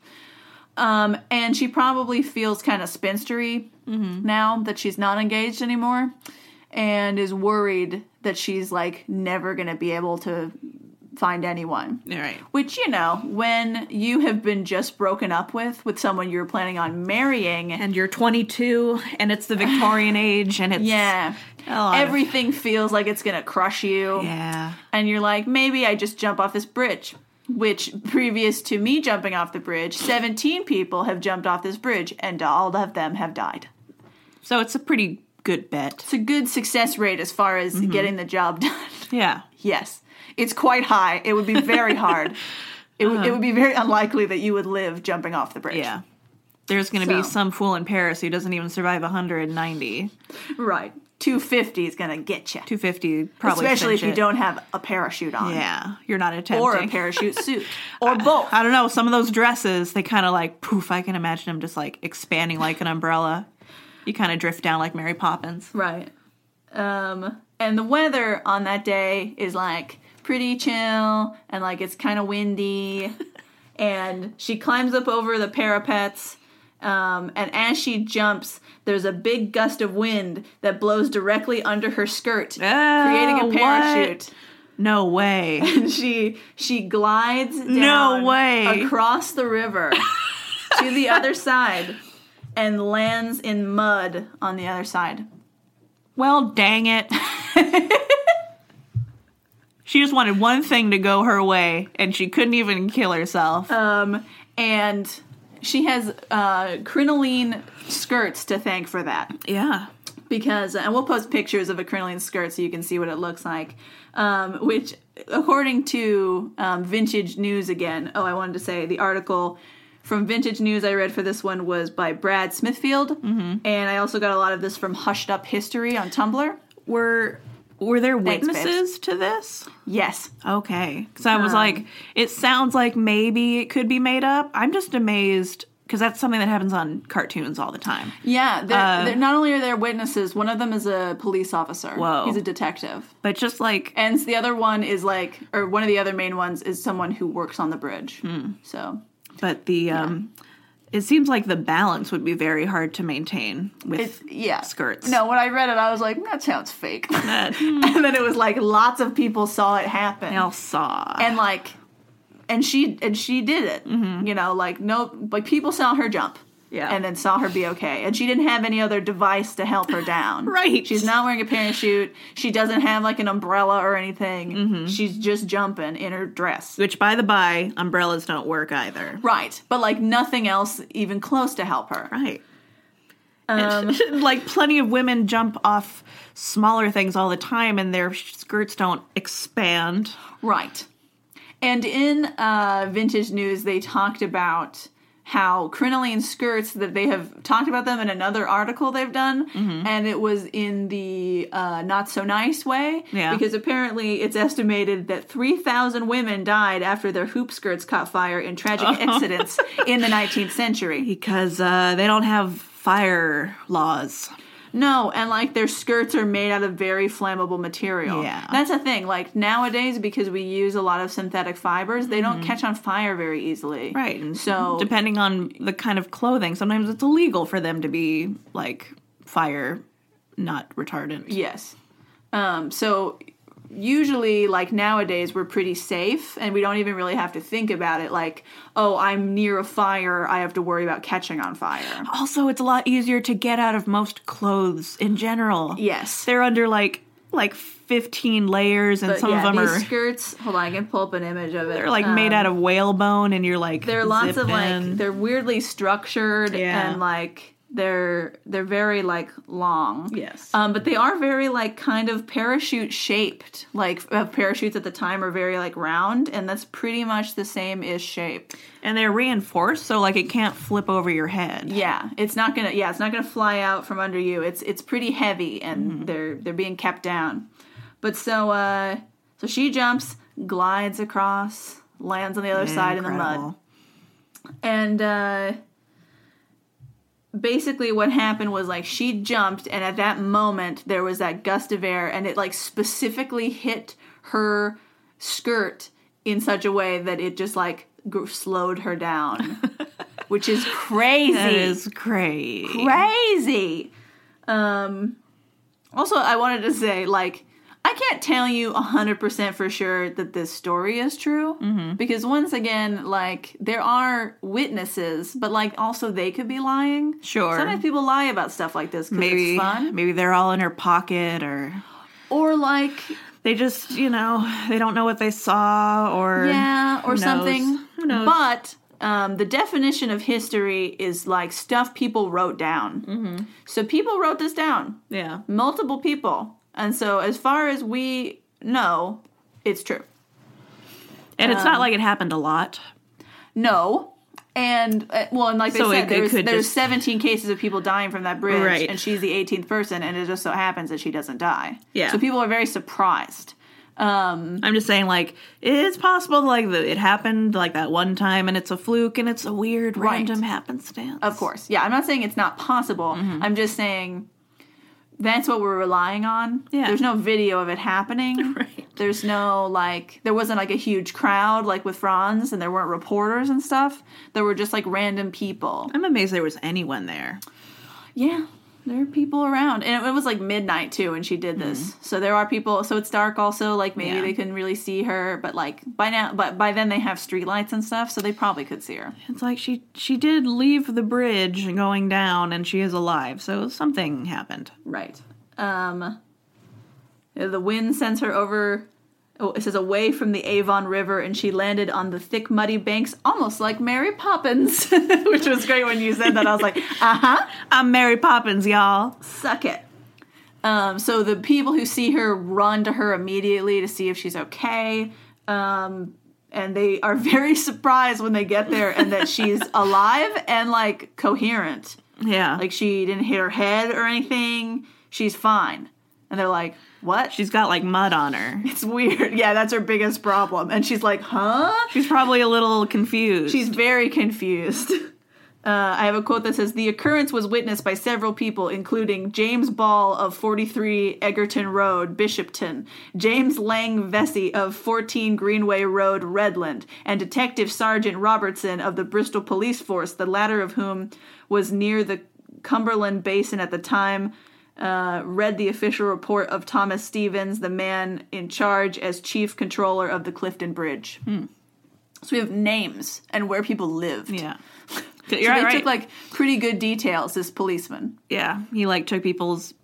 B: Um, and she probably feels kind of spinstery
A: Mm-hmm.
B: now that she's not engaged anymore and is worried that she's like never going to be able to find anyone.
A: All right.
B: Which, you know, when you have been just broken up with, with someone you're planning on marrying,
A: And you're 22 and it's the Victorian age and it's
B: yeah,
A: a lot of-
B: everything feels like it's gonna crush you.
A: yeah.
B: And you're like, maybe I just jump off this bridge. Which, previous to me jumping off the bridge, 17 people have jumped off this bridge and all of them have died.
A: So it's a pretty good bet.
B: It's a good success rate as far as
A: Mm-hmm.
B: getting the job [LAUGHS] done.
A: Yeah.
B: yes, it's quite high. It would be
A: [LAUGHS]
B: very hard. It, would it would be very unlikely that you would live jumping off the bridge.
A: Uh-huh. Yeah. There's going to be
B: So-
A: some fool in Paris who doesn't even survive 190.
B: Right. 250 is going to get you.
A: 250 probably.
B: Especially if
A: cinch
B: you
A: it.
B: don't have a parachute on.
A: Yeah. You're not attempting.
B: Or a parachute suit. Or both.
A: [LAUGHS] I don't know. Some of those dresses, they kind of like poof. I can imagine them just like expanding like an umbrella. You kind of drift down like Mary Poppins.
B: Right. Um, and the weather on that day is like pretty chill and like it's kind
A: [LAUGHS]
B: of windy. and she climbs up over the parapets. Um, and as she jumps, there's a big gust of wind that blows directly under her skirt,
A: Oh,
B: creating a
A: what?
B: parachute. [LAUGHS]
A: No way.
B: and she she glides down
A: way.
B: across
A: [LAUGHS]
B: the river to the other side and lands in mud on the other side.
A: Well, dang it. [LAUGHS] she just wanted one thing to go her way, and she couldn't even kill herself.
B: Um, and she has uh, crinoline skirts to thank for that
A: yeah.
B: because and we'll post pictures of a crinoline skirt so you can see what it looks like um, which according to um, vintage news again oh i wanted to say the article from vintage news i read for this one was by brad smithfield and i also got a lot of this from hushed up history on tumblr
A: Were were there
B: Thanks, babes.
A: witnesses to this?
B: yes
A: Okay. So I was like, it sounds like maybe it could be made up. I'm just amazed because that's something that happens on cartoons all the time.
B: yeah they're, they're- not only are there witnesses one of them is a police officer
A: Whoa.
B: he's a detective
A: But just like
B: and the other one is like or one of the other main ones is someone who works on the bridge
A: Hmm.
B: so
A: But the um it seems like the balance would be very hard to maintain with
B: It's yeah.
A: skirts.
B: No, when I read it, I was like, that sounds fake.
A: [LAUGHS] that
B: [LAUGHS] and then it was like lots of people saw it happen,
A: nail saw.
B: and like, and she and she did it. You know, like no, like people saw her jump.
A: Mm-hmm. Yeah.
B: And then saw her be okay. And she didn't have any other device to help her down.
A: [LAUGHS] Right.
B: She's not wearing a parachute. She doesn't have like an umbrella or anything.
A: Mm-hmm.
B: She's just jumping in her dress.
A: Which by the by, umbrellas don't work either.
B: Right. But like nothing else even close to help her.
A: Right. [LAUGHS] like plenty of women jump off smaller things all the time and their sh- skirts don't expand.
B: Right. And in uh, Vintage News, they talked about how crinoline skirts that they have talked about them in another article they've done, and it was in the uh, not so nice way.
A: Yeah.
B: Because apparently it's estimated that 3,000 women died after their hoop skirts caught fire in tragic accidents in the 19th century.
A: Because uh, they don't have fire laws.
B: No, and like their skirts are made out of very flammable material.
A: Yeah.
B: That's a thing. Like nowadays, because we use a lot of synthetic fibers, they don't catch on fire very easily.
A: Mm-hmm. Right. And
B: So
A: depending on the kind of clothing, sometimes it's illegal for them to be like fire not retardant.
B: yes. Um, so usually like nowadays we're pretty safe and we don't even really have to think about it like oh i'm near a fire i have to worry about catching
A: [GASPS]
B: on fire
A: Also, it's a lot easier to get out of most clothes in general.
B: yes
A: They're under like like 15 layers and
B: But
A: some
B: yeah,
A: of them
B: these
A: are
B: skirts hold on i can pull up an image of
A: [LAUGHS]
B: it Um,
A: they're like made out of whalebone and you're like
B: there are lots of
A: zipped
B: like
A: in.
B: they're weirdly structured
A: Yeah.
B: and like they're they're very like long
A: Yes.
B: um, but they are very like kind of parachute shaped like uh, parachutes at the time are very like round and that's pretty much the same ish shape
A: and they're reinforced so like it can't flip over your head.
B: yeah it's not gonna yeah it's not gonna fly out from under you it's it's pretty heavy and
A: Mm-hmm.
B: they're they're being kept down but so uh so she jumps glides across lands on the other side in the mud
A: Incredible.
B: and uh basically what happened was like she jumped and at that moment there was that gust of air and it like specifically hit her skirt in such a way that it just like gr- slowed
A: [LAUGHS]
B: her down which is crazy
A: That is great.
B: crazy. Um, also, I wanted to say, like, I can't tell you 100% for sure that this story is true.
A: Mm-hmm.
B: Because, once again, like, there are witnesses, but, like, also they could be lying.
A: Sure.
B: Sometimes people lie about stuff like this because
A: maybe
B: it's fun.
A: maybe they're all in her pocket or
B: Or, like,
A: they just, you know, they don't know what they saw or
B: yeah, or
A: Who knows?
B: something.
A: Who knows?
B: But um, the definition of history is, like, stuff people wrote down.
A: Mm-hmm.
B: So people wrote this down.
A: yeah.
B: multiple people. And so, as far as we know, it's true.
A: And
B: Um,
A: it's not like it happened a lot.
B: No. And uh, well, and like they
A: So it-
B: said,
A: it
B: there's,
A: could
B: there's
A: just-
B: 17 cases of people dying from that bridge,
A: Right.
B: and she's the 18th person, and it just so happens that she doesn't die.
A: Yeah.
B: So people are very surprised. Um,
A: I'm just saying, like, it's possible, like, that it happened, like, that one time, and it's a fluke, and it's a weird,
B: Right.
A: random happenstance.
B: of course, yeah. I'm not saying it's not possible.
A: Mm-hmm.
B: I'm just saying that's what we're relying on.
A: Yeah.
B: There's no video of it happening.
A: [LAUGHS] [LAUGHS] Right.
B: There's no like there wasn't like a huge crowd like with Franz and there weren't reporters and stuff. There were just like random people.
A: I'm amazed there was anyone there.
B: Yeah. There are people around. And it, it was like midnight too when she did this. So there are people so it's dark also, like maybe
A: Yeah.
B: they couldn't really see her, but like by now but by then they have streetlights and stuff, so they probably could see her.
A: It's like she she did leave the bridge going down, and she is alive, so something happened.
B: Right. Um the wind sends her over oh, it says away from the Avon River and she landed on the thick muddy banks almost like Mary Poppins, [LAUGHS] which was great when you said that. I was like, "Uh-huh,
A: I'm Mary Poppins, y'all.
B: suck it." Um so the people who see her run to her immediately to see if she's okay. Um and they are [LAUGHS] very surprised when they get there and that she's alive and like coherent.
A: Yeah,
B: Like she didn't hit her head or anything. She's fine. And they're like, "What?" [LAUGHS]
A: she's got like mud on her.
B: It's weird. Yeah, that's her biggest problem. And she's like, "Huh?"
A: She's probably a
B: [LAUGHS]
A: little confused.
B: She's very confused. [LAUGHS] Uh, I have a quote that says The occurrence was witnessed by several people, including James Ball of 43 Egerton Road, Bishopton, James Lang Vesey of 14 Greenway Road, Redland, and Detective Sergeant Robertson of the Bristol Police Force, the latter of whom was near the Cumberland Basin at the time. Uh, read the official report of Thomas Stevens, the man in charge as chief controller of the Clifton Bridge. So we have names and where people lived. [LAUGHS]
A: yeah.
B: So
A: You're
B: they
A: right.
B: took like pretty good details. This policeman,
A: yeah, he like took people's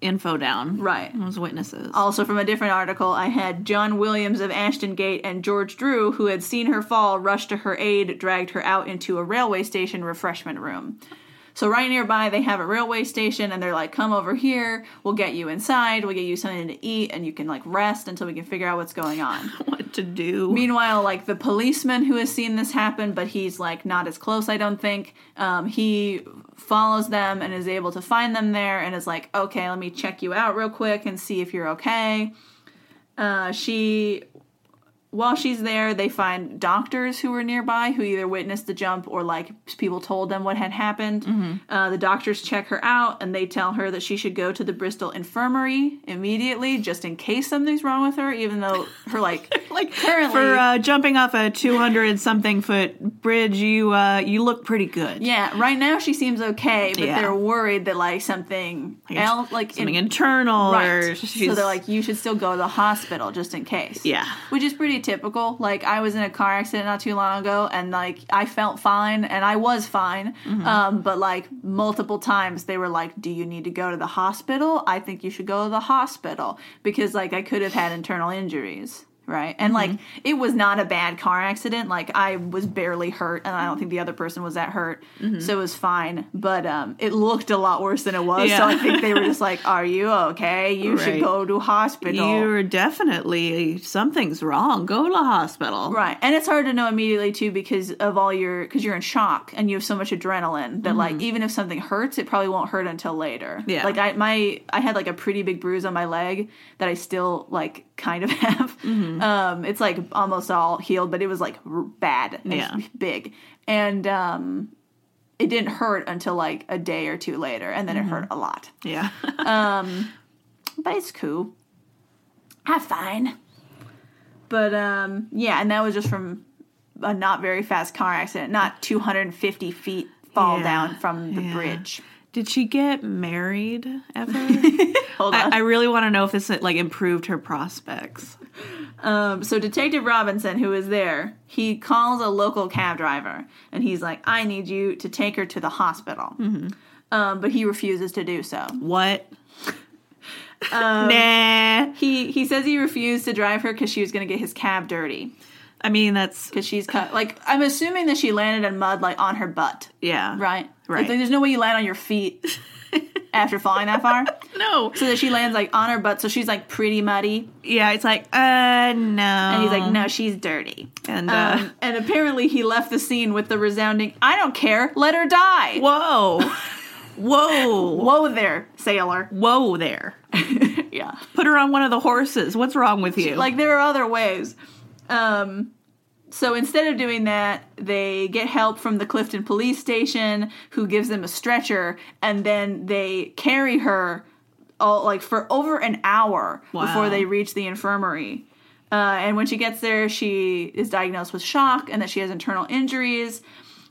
A: info down.
B: right?
A: Those witnesses.
B: Also from a different article, I had John Williams of Ashton Gate and George Drew, who had seen her fall, rushed to her aid, dragged her out into a railway station refreshment room. So right nearby, they have a railway station, and they're like, "Come over here. We'll get you inside. We'll get you something to eat, and you can like rest until we can figure out what's going on."
A: [LAUGHS] what to do?
B: Meanwhile, like the policeman who has seen this happen, but he's like not as close, I don't think. Um, he follows them and is able to find them there and is like, okay, let me check you out real quick and see if you're okay. Uh, she while she's there, they find doctors who were nearby who either witnessed the jump or like people told them what had happened.
A: Mm-hmm.
B: Uh, the doctors check her out and they tell her that she should go to the Bristol infirmary immediately just in case something's wrong with her, even though her like
A: [LAUGHS] Like
B: currently
A: for uh, jumping off a two hundred something foot bridge, you uh, you look pretty good.
B: yeah, right now she seems okay, but
A: Yeah.
B: they're worried that like something
A: it's
B: else like
A: Something
B: in-
A: internal, or
B: Right.
A: she's
B: So they're like, you should still go to the hospital just in case.
A: Yeah.
B: Which is pretty typical. Like, I was in a car accident not too long ago, and like, I felt fine, and I was fine.
A: Mm-hmm.
B: Um, but like, multiple times they were like, do you need to go to the hospital? I think you should go to the hospital because like, I could have had internal injuries. Right. And like,
A: Mm-hmm.
B: it was not a bad car accident. Like, I was barely hurt, and I
A: Mm-hmm.
B: don't think the other person was that hurt. So it was fine. But um, it looked a lot worse than it was. So I
A: Yeah.
B: think they were just like, "Are you okay? You should
A: Right.
B: go to hospital."
A: you're definitely something's wrong. Go to the hospital.
B: right, and it's hard to know immediately too because of all your because you're in shock and you have so much adrenaline that like even if something hurts, it probably won't hurt until later.
A: Mm-hmm. Yeah.
B: like I my I had like a pretty big bruise on my leg that I still like kind of [LAUGHS] have.
A: Mm-hmm.
B: Um, it's like almost all healed, but it was like r- bad, and
A: Yeah.
B: big, and um. It didn't hurt until like a day or two later, and then it
A: Mm-hmm.
B: hurt a lot.
A: Yeah. [LAUGHS]
B: but it's cool. I'm fine. But um, yeah, and that was just from a not very fast car accident, not 250 feet fall
A: Yeah,
B: down from the
A: yeah.
B: bridge.
A: Did she get married ever?
B: [LAUGHS] Hold on.
A: I, I really want to know if this like improved her prospects.
B: Um, so Detective Robinson, who is there, he calls a local cab driver and he's like, "I need you to take her to the hospital."
A: Mm-hmm.
B: Um, but he refuses to do so. [LAUGHS]
A: What? Um, nah.
B: He he says he refused to drive her because she was going to get his cab dirty
A: I mean, that's
B: because she's cut. Like I'm assuming that she landed in mud like on her butt.
A: yeah.
B: Right.
A: Right.
B: It's like there's no way you land on your feet after falling that far.
A: No.
B: So that she lands like on her butt, so she's like pretty muddy.
A: Yeah, it's like uh no.
B: And he's like, no, she's dirty.
A: and uh,
B: Um, and apparently he left the scene with the resounding, I don't care, let her die.
A: whoa, whoa,
B: Whoa there, sailor.
A: whoa there.
B: yeah.
A: Put her on one of the horses. What's wrong with [LAUGHS] you?
B: Like there are other ways. Um, so instead of doing that, they get help from the Clifton police station, who gives them a stretcher, and then they carry her all like for over an hour
A: Wow.
B: before they reach the infirmary. Uh, and when she gets there, she is diagnosed with shock and that she has internal injuries.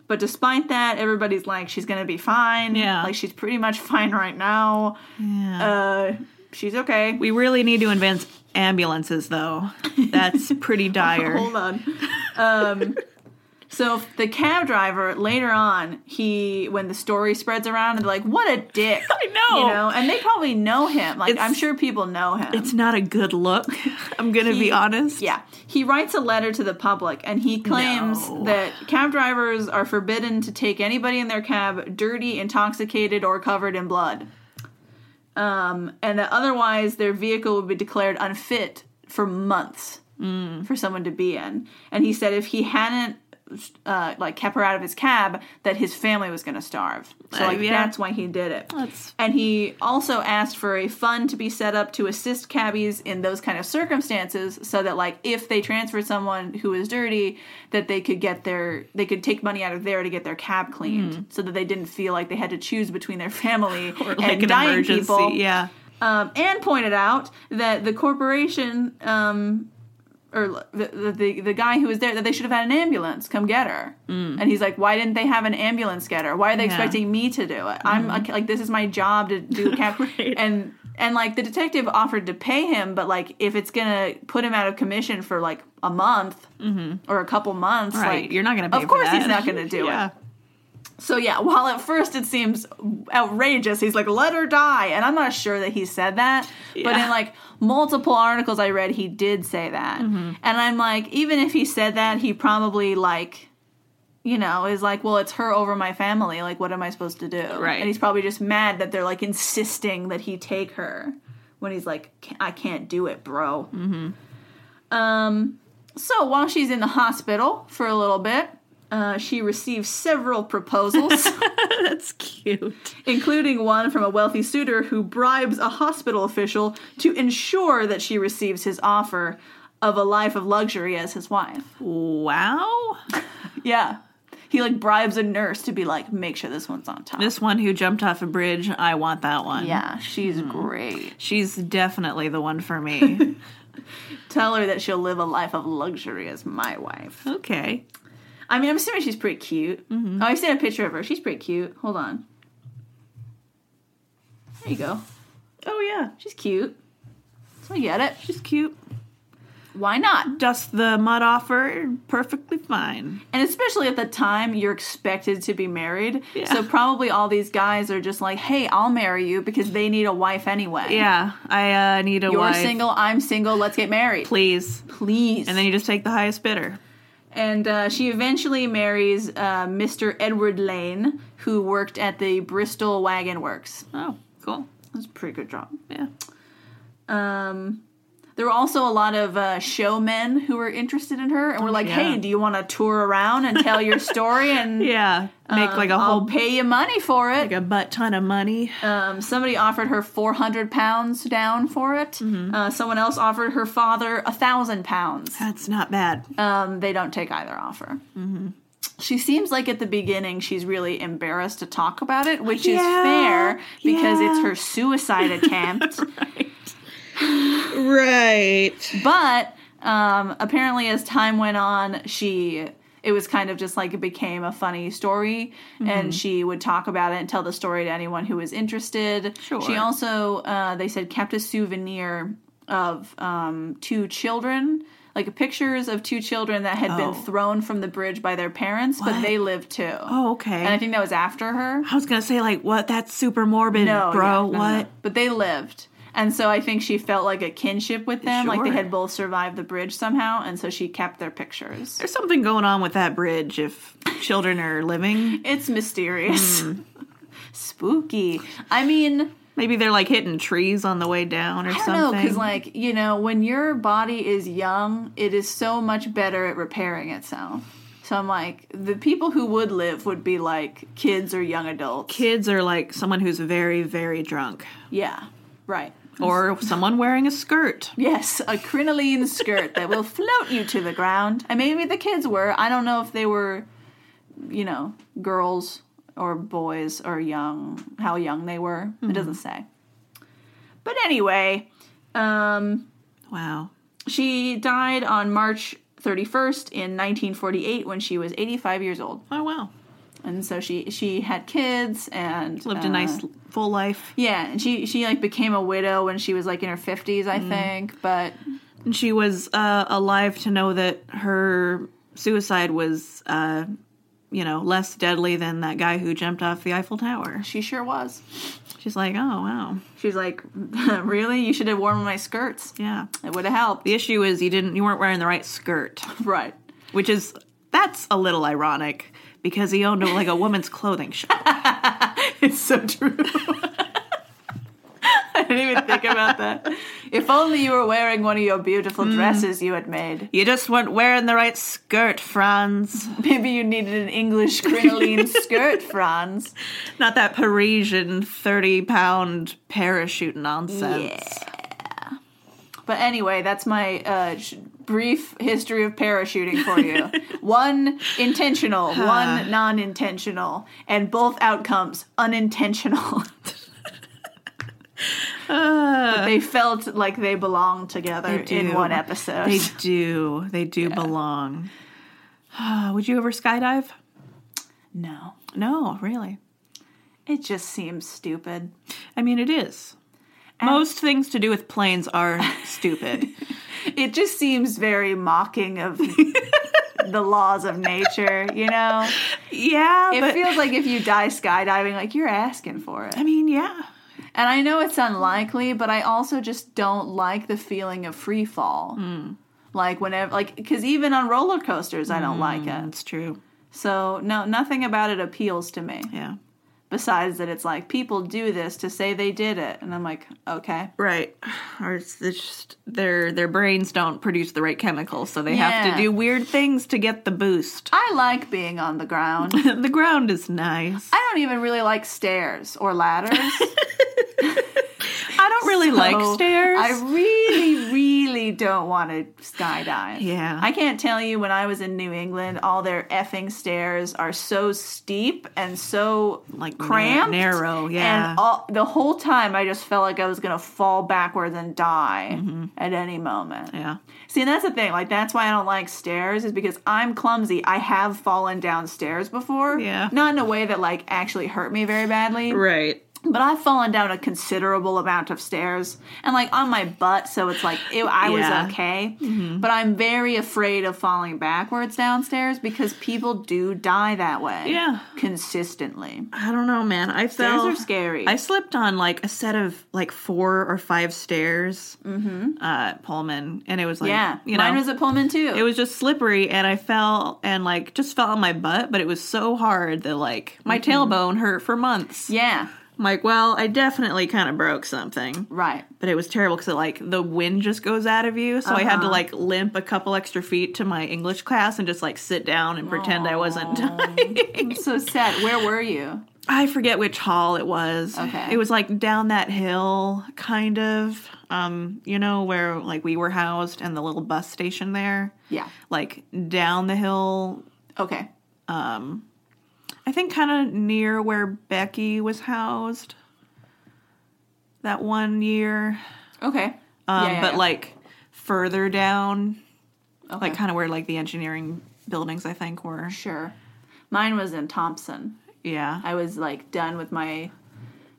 B: But despite that, everybody's like, she's gonna be fine.
A: Yeah.
B: like she's pretty much fine right now.
A: Yeah.
B: Uh, she's okay.
A: we really need to advance ambulances, though.
B: [LAUGHS]
A: That's pretty dire.
B: Hold on. Um, so the cab driver later on, he when the story spreads around, and they're like, "What a dick!"
A: [LAUGHS] I know.
B: you know, and they probably know him. Like
A: It's-
B: I'm sure people know him.
A: It's not a good look. [LAUGHS] I'm gonna
B: He-
A: be honest.
B: Yeah, he writes a letter to the public, and he claims
A: No.
B: that cab drivers are forbidden to take anybody in their cab dirty, intoxicated, or covered in blood. Um, and that otherwise their vehicle would be declared unfit for months for someone to be in. And he said if he hadn't uh, like kept her out of his cab, that his family was going to starve. So
A: Uh,
B: like
A: yeah.
B: that's why he did it.
A: That's-
B: And he also asked for a fund to be set up to assist cabbies in those kind of circumstances so that like if they transferred someone who was dirty that they could get their they could take money out of there to get their cab cleaned so that they didn't feel like they had to choose between their family
A: Mm-hmm. [LAUGHS] Or
B: and dying people.
A: Yeah.
B: Um, and pointed out that the corporation um or the, the the guy who was there that they should have had an ambulance come get her, and he's like, "Why didn't they have an ambulance get her? Why are they
A: Mm. Yeah. Mm-hmm.
B: expecting me to do it? I'm like, like, this is my job to do a
A: [LAUGHS]
B: cap."
A: Right.
B: And and like the detective offered to pay him, but like if it's gonna put him out of commission for like a month or a couple months,
A: Mm-hmm. Right.
B: like
A: You're not gonna. Pay
B: Of
A: for
B: course,
A: that.
B: he's not gonna
A: [LAUGHS]
B: do
A: Yeah.
B: it. So yeah, while at first it seems outrageous, he's like, "Let her die," and I'm not sure that he said that, but
A: Yeah.
B: in like multiple articles I read, he did say that,
A: Mm-hmm.
B: and I'm like, even if he said that, he probably like, you know, is like, "Well, it's her over my family. Like, what am I supposed to do?"
A: Right.
B: and he's probably just mad that they're like insisting that he take her when he's like, "Ca- "I can't do it, bro."
A: Mm-hmm.
B: Um, so while she's in the hospital for a little bit, uh, she receives several
A: [LAUGHS]
B: proposals,
A: That's cute.
B: including one from a wealthy suitor who bribes a hospital official to ensure that she receives his offer. of a life of luxury as his wife.
A: Wow.
B: Yeah. He like bribes a nurse to be like, make sure this one's on top.
A: This one who jumped off a bridge, I want that one. Hmm.
B: yeah, she's great.
A: She's definitely the one for
B: [LAUGHS]
A: me.
B: Tell her that she'll live a life of luxury as my wife.
A: okay.
B: I mean, I'm assuming she's pretty cute.
A: Mm-hmm.
B: Oh, I've seen a picture of her. She's pretty cute. Hold on. There you go.
A: Oh yeah.
B: She's cute. So I get it.
A: She's cute.
B: Why not?
A: Dust the mud off her, perfectly fine.
B: And especially at the time you're expected to be married.
A: Yeah.
B: So probably all these guys are just like, hey, I'll marry you because they need a wife anyway.
A: Yeah, I uh, need a
B: You're
A: wife,
B: single, I'm single, let's get married.
A: please.
B: Please.
A: And then you just take the highest bidder.
B: And, uh, she eventually marries uh, Mr. Edward Lane, who worked at the Bristol Wagon Works.
A: Oh, cool.
B: That's a pretty good job.
A: Yeah.
B: Um, there were also a lot of uh, showmen who were interested in her and were like,
A: Oh, yeah.
B: hey, do you want to tour around and tell
A: [LAUGHS]
B: your story? And
A: Yeah. Make like a
B: Um, I'll
A: whole
B: pay you money for it.
A: like a butt ton of money.
B: Um, somebody offered her four hundred pounds down for it.
A: Mm-hmm.
B: Uh, someone else offered her father a thousand pounds.
A: That's not bad.
B: Um, they don't take either offer.
A: Mm-hmm.
B: She seems like at the beginning she's really embarrassed to talk about it, which
A: Yeah,
B: is fair because
A: yeah.
B: it's her
A: [LAUGHS]
B: suicide attempt.
A: Right.
B: but um, apparently, as time went on, she it was kind of just like it became a funny story,
A: Mm-hmm.
B: and she would talk about it and tell the story to anyone who was interested.
A: Sure.
B: She also uh, they said kept a souvenir of um, two children. Like pictures of two children that had
A: Oh.
B: been thrown from the bridge by their parents, but
A: What?
B: they lived too.
A: Oh, okay.
B: And I think that was after her.
A: I was gonna say like, what? That's super morbid,
B: No, yeah,
A: bro.
B: no, no, no.
A: what?
B: But they lived. And so I think she felt like a kinship with them, like they
A: Sure.
B: had both survived the bridge somehow, and so she kept their pictures.
A: There's something going on with that bridge if children are living.
B: It's mysterious.
A: Hmm.
B: [LAUGHS] Spooky. I mean,
A: Maybe they're like hitting trees on the way down or
B: I don't know,
A: something.
B: because, like, you know, when your body is young, it is so much better at repairing itself. So I'm like, the people who would live would be like kids or young adults.
A: kids are like someone who's very, very drunk.
B: Yeah, right.
A: Or someone wearing a skirt.
B: Yes, a crinoline skirt that will float you to the ground. And maybe the kids were. I don't know if they were, you know, girls or boys or young, how young they were.
A: Mm-hmm.
B: It doesn't say. But anyway, um,
A: Wow.
B: she died on March 31st in 1948 when she was 85 years old.
A: Oh wow.
B: And so she she had kids and
A: Lived
B: uh,
A: a nice full life.
B: Yeah, and she she like became a widow when she was like in her 50s, I
A: Mm.
B: think, but
A: And she was uh, alive to know that her suicide was, uh, you know, less deadly than that guy who jumped off the Eiffel Tower.
B: she sure was.
A: She's like, oh wow,
B: She's like, [LAUGHS] "Really? You should have worn my skirts.
A: yeah.
B: It would have helped." [LAUGHS]
A: The issue is you didn't, you weren't wearing the right skirt,
B: Right. [LAUGHS]
A: which is that's a little ironic because he owned like a woman's clothing shop.
B: [LAUGHS] It's so true. I didn't even think about that. If only you were wearing one of your beautiful
A: Hmm.
B: dresses you had made.
A: You just weren't wearing the right skirt, Franz.
B: Maybe you needed an English
A: [LAUGHS]
B: crinoline skirt, Franz.
A: Not that Parisian thirty-pound parachute nonsense.
B: But anyway, that's my uh, sh- brief history of parachuting for
A: [LAUGHS]
B: you. one intentional, one non intentional, and both outcomes unintentional. [LAUGHS] but they felt like they belonged together
A: Uh. They
B: in
A: do.
B: one episode.
A: They do. They do belong. [SIGHS] Would you ever skydive?
B: no,
A: No, really.
B: it just seems stupid.
A: I mean, it is. Most things to do with planes are stupid.
B: [LAUGHS] It just seems very mocking of the laws of nature, you know?
A: yeah,
B: It
A: but
B: feels like if you die skydiving, like you're asking for it.
A: I mean, yeah.
B: And I know it's unlikely, but I also just don't like the feeling of free fall. Like whenever, like because even on roller coasters, I don't like it.
A: That's true.
B: So no, nothing about it appeals to me.
A: Yeah.
B: Besides that, it's like people do this to say they did it, and I'm like, okay,
A: Right. Or it's, it's just their their brains don't produce the right chemicals, so they have
B: Yeah.
A: to do weird things to get the boost. [LAUGHS]
B: I like being on the ground.
A: the ground is nice.
B: I don't even really like stairs or ladders.
A: [LAUGHS] I don't really like
B: So
A: stairs.
B: I really, really really don't want to skydive.
A: Yeah.
B: I can't tell you when I was in New England, all their effing stairs are so steep and so
A: Like na-
B: cramped.
A: narrow, yeah.
B: And all, the whole time I just felt like I was going to fall backwards and die
A: Mm-hmm.
B: at any moment.
A: Yeah.
B: See, and that's the thing. Like, that's why I don't like stairs, is because I'm clumsy. I have fallen down stairs before.
A: Yeah.
B: Not in a way that, like, actually hurt me very badly.
A: Right.
B: But I've fallen down a considerable amount of stairs and, like, on my butt. So it's like, ew, I
A: Yeah. Mm-hmm.
B: was okay. But I'm very afraid of falling backwards downstairs because people do die that way.
A: Yeah.
B: Consistently.
A: I don't know, man. I
B: Stairs
A: fell.
B: are scary.
A: I slipped on like a set of like four or five stairs uh, at Pullman, and it was like,
B: Mm-hmm. yeah.
A: you know,
B: Mine was at Pullman, too.
A: it was just slippery, and I fell and like just fell on my butt, but it was so hard that like my tailbone hurt for months.
B: Mm-hmm. yeah.
A: I'm like, well, I definitely kind of broke something.
B: Right.
A: But it was terrible because like the wind just goes out of you, so I had to
B: Uh-huh.
A: like limp a couple extra feet to my English class and just like sit down and pretend I wasn't dying. [LAUGHS]
B: I'm so sad. Where were you?
A: I forget which hall it was.
B: Okay.
A: It was like down that hill, kind of. Um, you know, where like we were housed and the little bus station there.
B: Yeah.
A: Like down the hill,
B: Okay.
A: I think kind of near where Becky was housed that one year.
B: Okay.
A: Um,
B: Yeah, yeah,
A: but
B: yeah.
A: like further down,
B: Okay.
A: like kind of where like the engineering buildings, I think, were.
B: Sure. Mine was in Thompson.
A: Yeah.
B: I was like done with my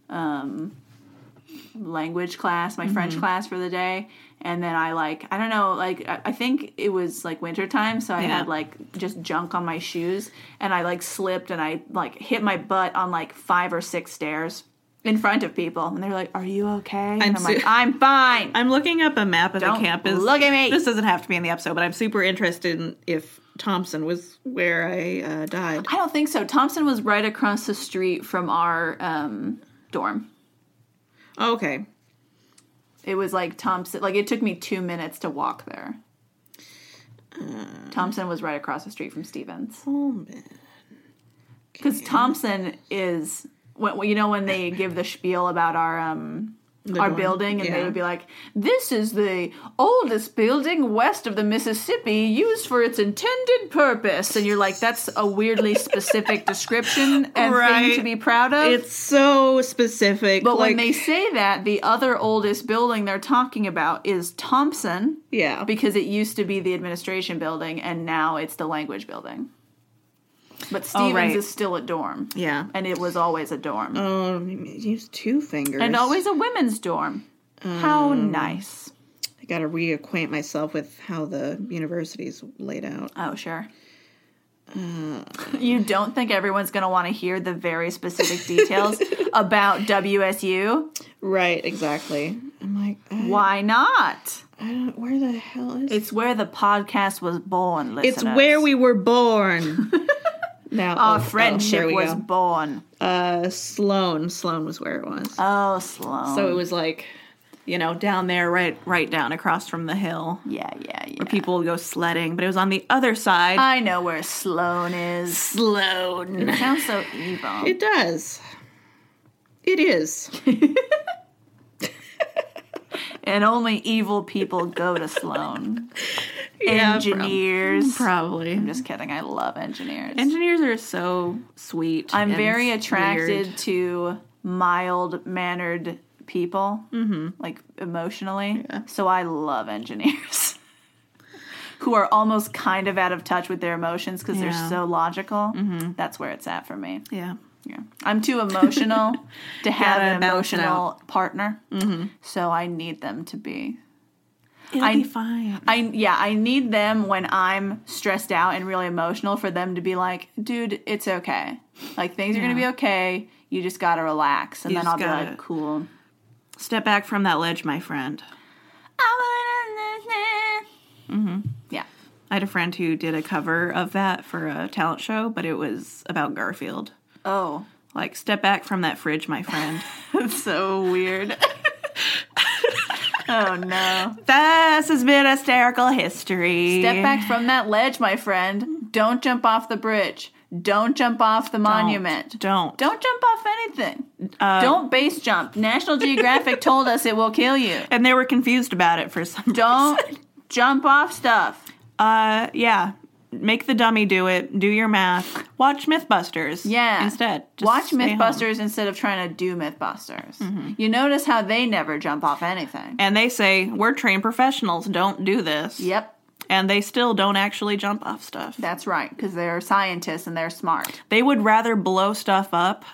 B: um, language class, my French
A: Mm-hmm.
B: class for the day. And then I like, I don't know, like, I, I think it was like wintertime. So I
A: Yeah.
B: had like just junk on my shoes. And I like slipped and I like hit my butt on like five or six stairs in front of people. And they're like, Are you okay? And
A: I'm
B: I'm,
A: so-
B: like, I'm fine.
A: I'm looking up a map of
B: Don't
A: the campus.
B: look at me.
A: This doesn't have to be in the episode, but I'm super interested in if Thompson was where I uh, died.
B: I don't think so. Thompson was right across the street from our um, dorm.
A: Okay.
B: It was like Thompson. Like it took me two minutes to walk there.
A: Uh.
B: Thompson was right across the street from Stevens
A: Pullman.
B: because Thompson is when well, you know when they give the spiel about our um
A: The
B: our
A: dorm.
B: building and they
A: Yeah.
B: would be like, "This is the oldest building west of the Mississippi, used for its intended purpose," and you're like, "That's a weirdly
A: [LAUGHS]
B: specific description and
A: Right.
B: thing to be proud of."
A: It's so specific.
B: but
A: like,
B: when they say that, the other oldest building they're talking about is Thompson,
A: yeah,
B: because it used to be the administration building and now it's the language building. But Stevens
A: Oh, right.
B: is still a dorm.
A: yeah.
B: And it was always a dorm.
A: Um, use two fingers.
B: and always a women's dorm. How
A: Mm.
B: nice.
A: I got to reacquaint myself with how the university's laid out.
B: Oh, sure.
A: Mm.
B: you don't think everyone's going to want to hear the very
A: [LAUGHS]
B: specific details about WSU?
A: Right, exactly. I'm like, I,
B: Why not?
A: I don't. Where the hell is?
B: It's where the podcast was born, listeners.
A: It's where we were [LAUGHS] born. now
B: our
A: oh, oh,
B: friendship
A: there we
B: was
A: go.
B: born.
A: uh Sloan. Sloan was where it was.
B: Oh, Sloan.
A: so it was like, you know, down there, right, right down across from the hill.
B: yeah, yeah, yeah.
A: People would go sledding, but it was on the other side.
B: I know where Sloan is.
A: Sloan.
B: Sounds so evil.
A: [LAUGHS] It does. It is.
B: and only evil people go to Sloan.
A: [LAUGHS] Yeah,
B: engineers.
A: [LAUGHS] Probably.
B: I'm just kidding. I love engineers.
A: Engineers are so sweet.
B: I'm
A: and
B: very
A: weird.
B: attracted to mild mannered people, mm-hmm. like emotionally. So I love engineers [LAUGHS] who are almost kind of out of touch with their emotions because
A: Yeah. Mm-hmm.
B: they're so logical. That's where it's at for me.
A: Yeah.
B: Yeah. I'm too
A: [LAUGHS]
B: emotional to have
A: Gotta
B: an
A: balance it
B: emotional partner.
A: Mm-hmm.
B: So I need them to be
A: It'll
B: I-
A: be fine.
B: I yeah, I need them when I'm stressed out and really emotional for them to be like, dude, it's okay. Like things are gonna be
A: Yeah.
B: okay. You just gotta relax, and
A: You
B: then I'll
A: just
B: be
A: gotta-
B: like, cool.
A: Step back from that ledge, my friend.
B: I Mm-hmm. Yeah.
A: I had a friend who did a cover of that for a talent show, but it was about Garfield.
B: Oh,
A: Like, step back from that fridge, my
B: [LAUGHS]
A: friend.
B: that's so
A: [LAUGHS]
B: weird. oh no!
A: this has been hysterical history.
B: Step back from that ledge, my friend. Don't jump off the bridge. Don't jump off the monument.
A: Don't.
B: Don't jump off anything.
A: Uh,
B: Don't base jump.
A: [LAUGHS]
B: National Geographic told us it will kill you.
A: And they were confused about it for some
B: Don't
A: [LAUGHS] reason.
B: jump off stuff.
A: Uh, yeah. Make the dummy do it. Do your math. Watch Mythbusters.
B: Yeah.
A: Instead. Just
B: Watch
A: stay home. Mm-hmm.
B: Mythbusters instead of trying to do Mythbusters. You notice how they never jump off anything.
A: And they say, we're trained professionals. Don't do this.
B: Yep,
A: And they still don't actually jump off stuff.
B: that's right, because they're scientists and they're smart.
A: They would rather blow stuff up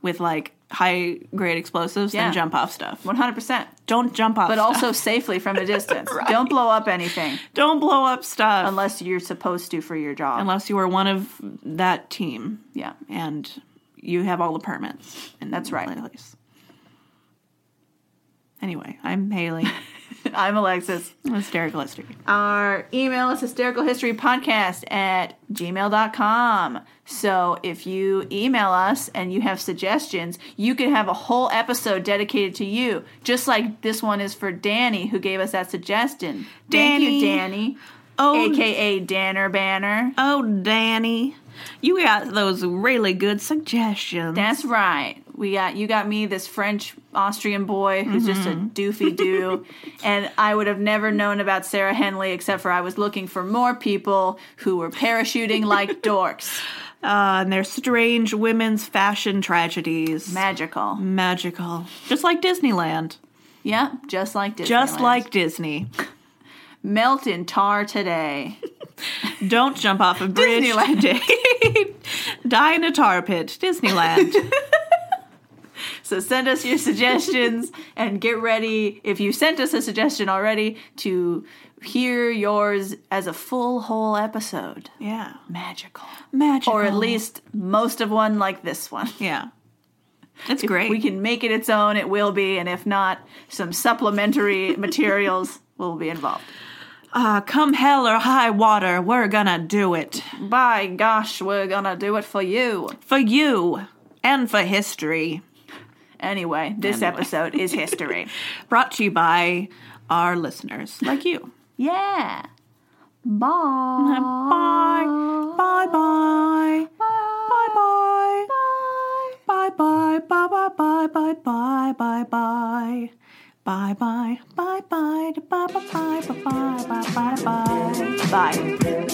A: with like high grade explosives
B: Yeah.
A: than jump off stuff.
B: 100%.
A: Don't jump off
B: But
A: stuff.
B: also safely from
A: [LAUGHS]
B: a distance. Don't blow up anything
A: don't blow up stuff unless,
B: unless you're supposed to for your job.
A: you are one of that team
B: yeah. [LAUGHS]
A: and you have all the permits. And
B: That's right.
A: Place. Anyway, I'm
B: [LAUGHS]
A: Haley.
B: I'm Alexis.
A: I'm hysterical history.
B: Our email is hystericalhistorypodcast at gmail.com. So if you email us and you have suggestions, you could have a whole episode dedicated to you, just like this one is for Danny, who gave us that suggestion. Thank
A: Danny.
B: you, Danny.
A: Oh,
B: AKA Danner Banner.
A: oh, Danny, you got those really good suggestions.
B: That's right. We got you got me this French Austrian boy who's just
A: Mm-hmm.
B: a
A: [LAUGHS]
B: doofy doo, and I would have never known about Sarah Henley except for I was looking for more people who were
A: [LAUGHS]
B: parachuting like dorks.
A: uh, and their strange women's fashion tragedies.
B: Magical.
A: Magical, just like Disneyland.
B: Yeah, just like Disney.
A: Just like Disney.
B: melt in tar today.
A: Don't jump off a bridge.
B: Disneyland.
A: today. [LAUGHS] Die in a tar pit. Disneyland.
B: So send us your
A: [LAUGHS]
B: suggestions and get ready if you sent us a suggestion already to hear yours as a full whole episode.
A: yeah.
B: Magical.
A: Magical.
B: Or at least most of one like this one.
A: Yeah. It's great.
B: we can make it its own, it will be, and if not,
A: [LAUGHS]
B: some supplementary materials will be involved.
A: Uh, come hell or high water, we're gonna do it.
B: By gosh, we're gonna do it for you.
A: For you and for history.
B: Anyway, this
A: Anyway.
B: episode
A: [LAUGHS]
B: is history.
A: Brought to you by our listeners, like you.
B: yeah.
A: Bye. Bye bye. Bye bye. Bye bye. Bye bye bye bye bye bye bye. Bye bye. Bye bye. Bye bye bye bye bye bye bye.
B: Bye. Bye.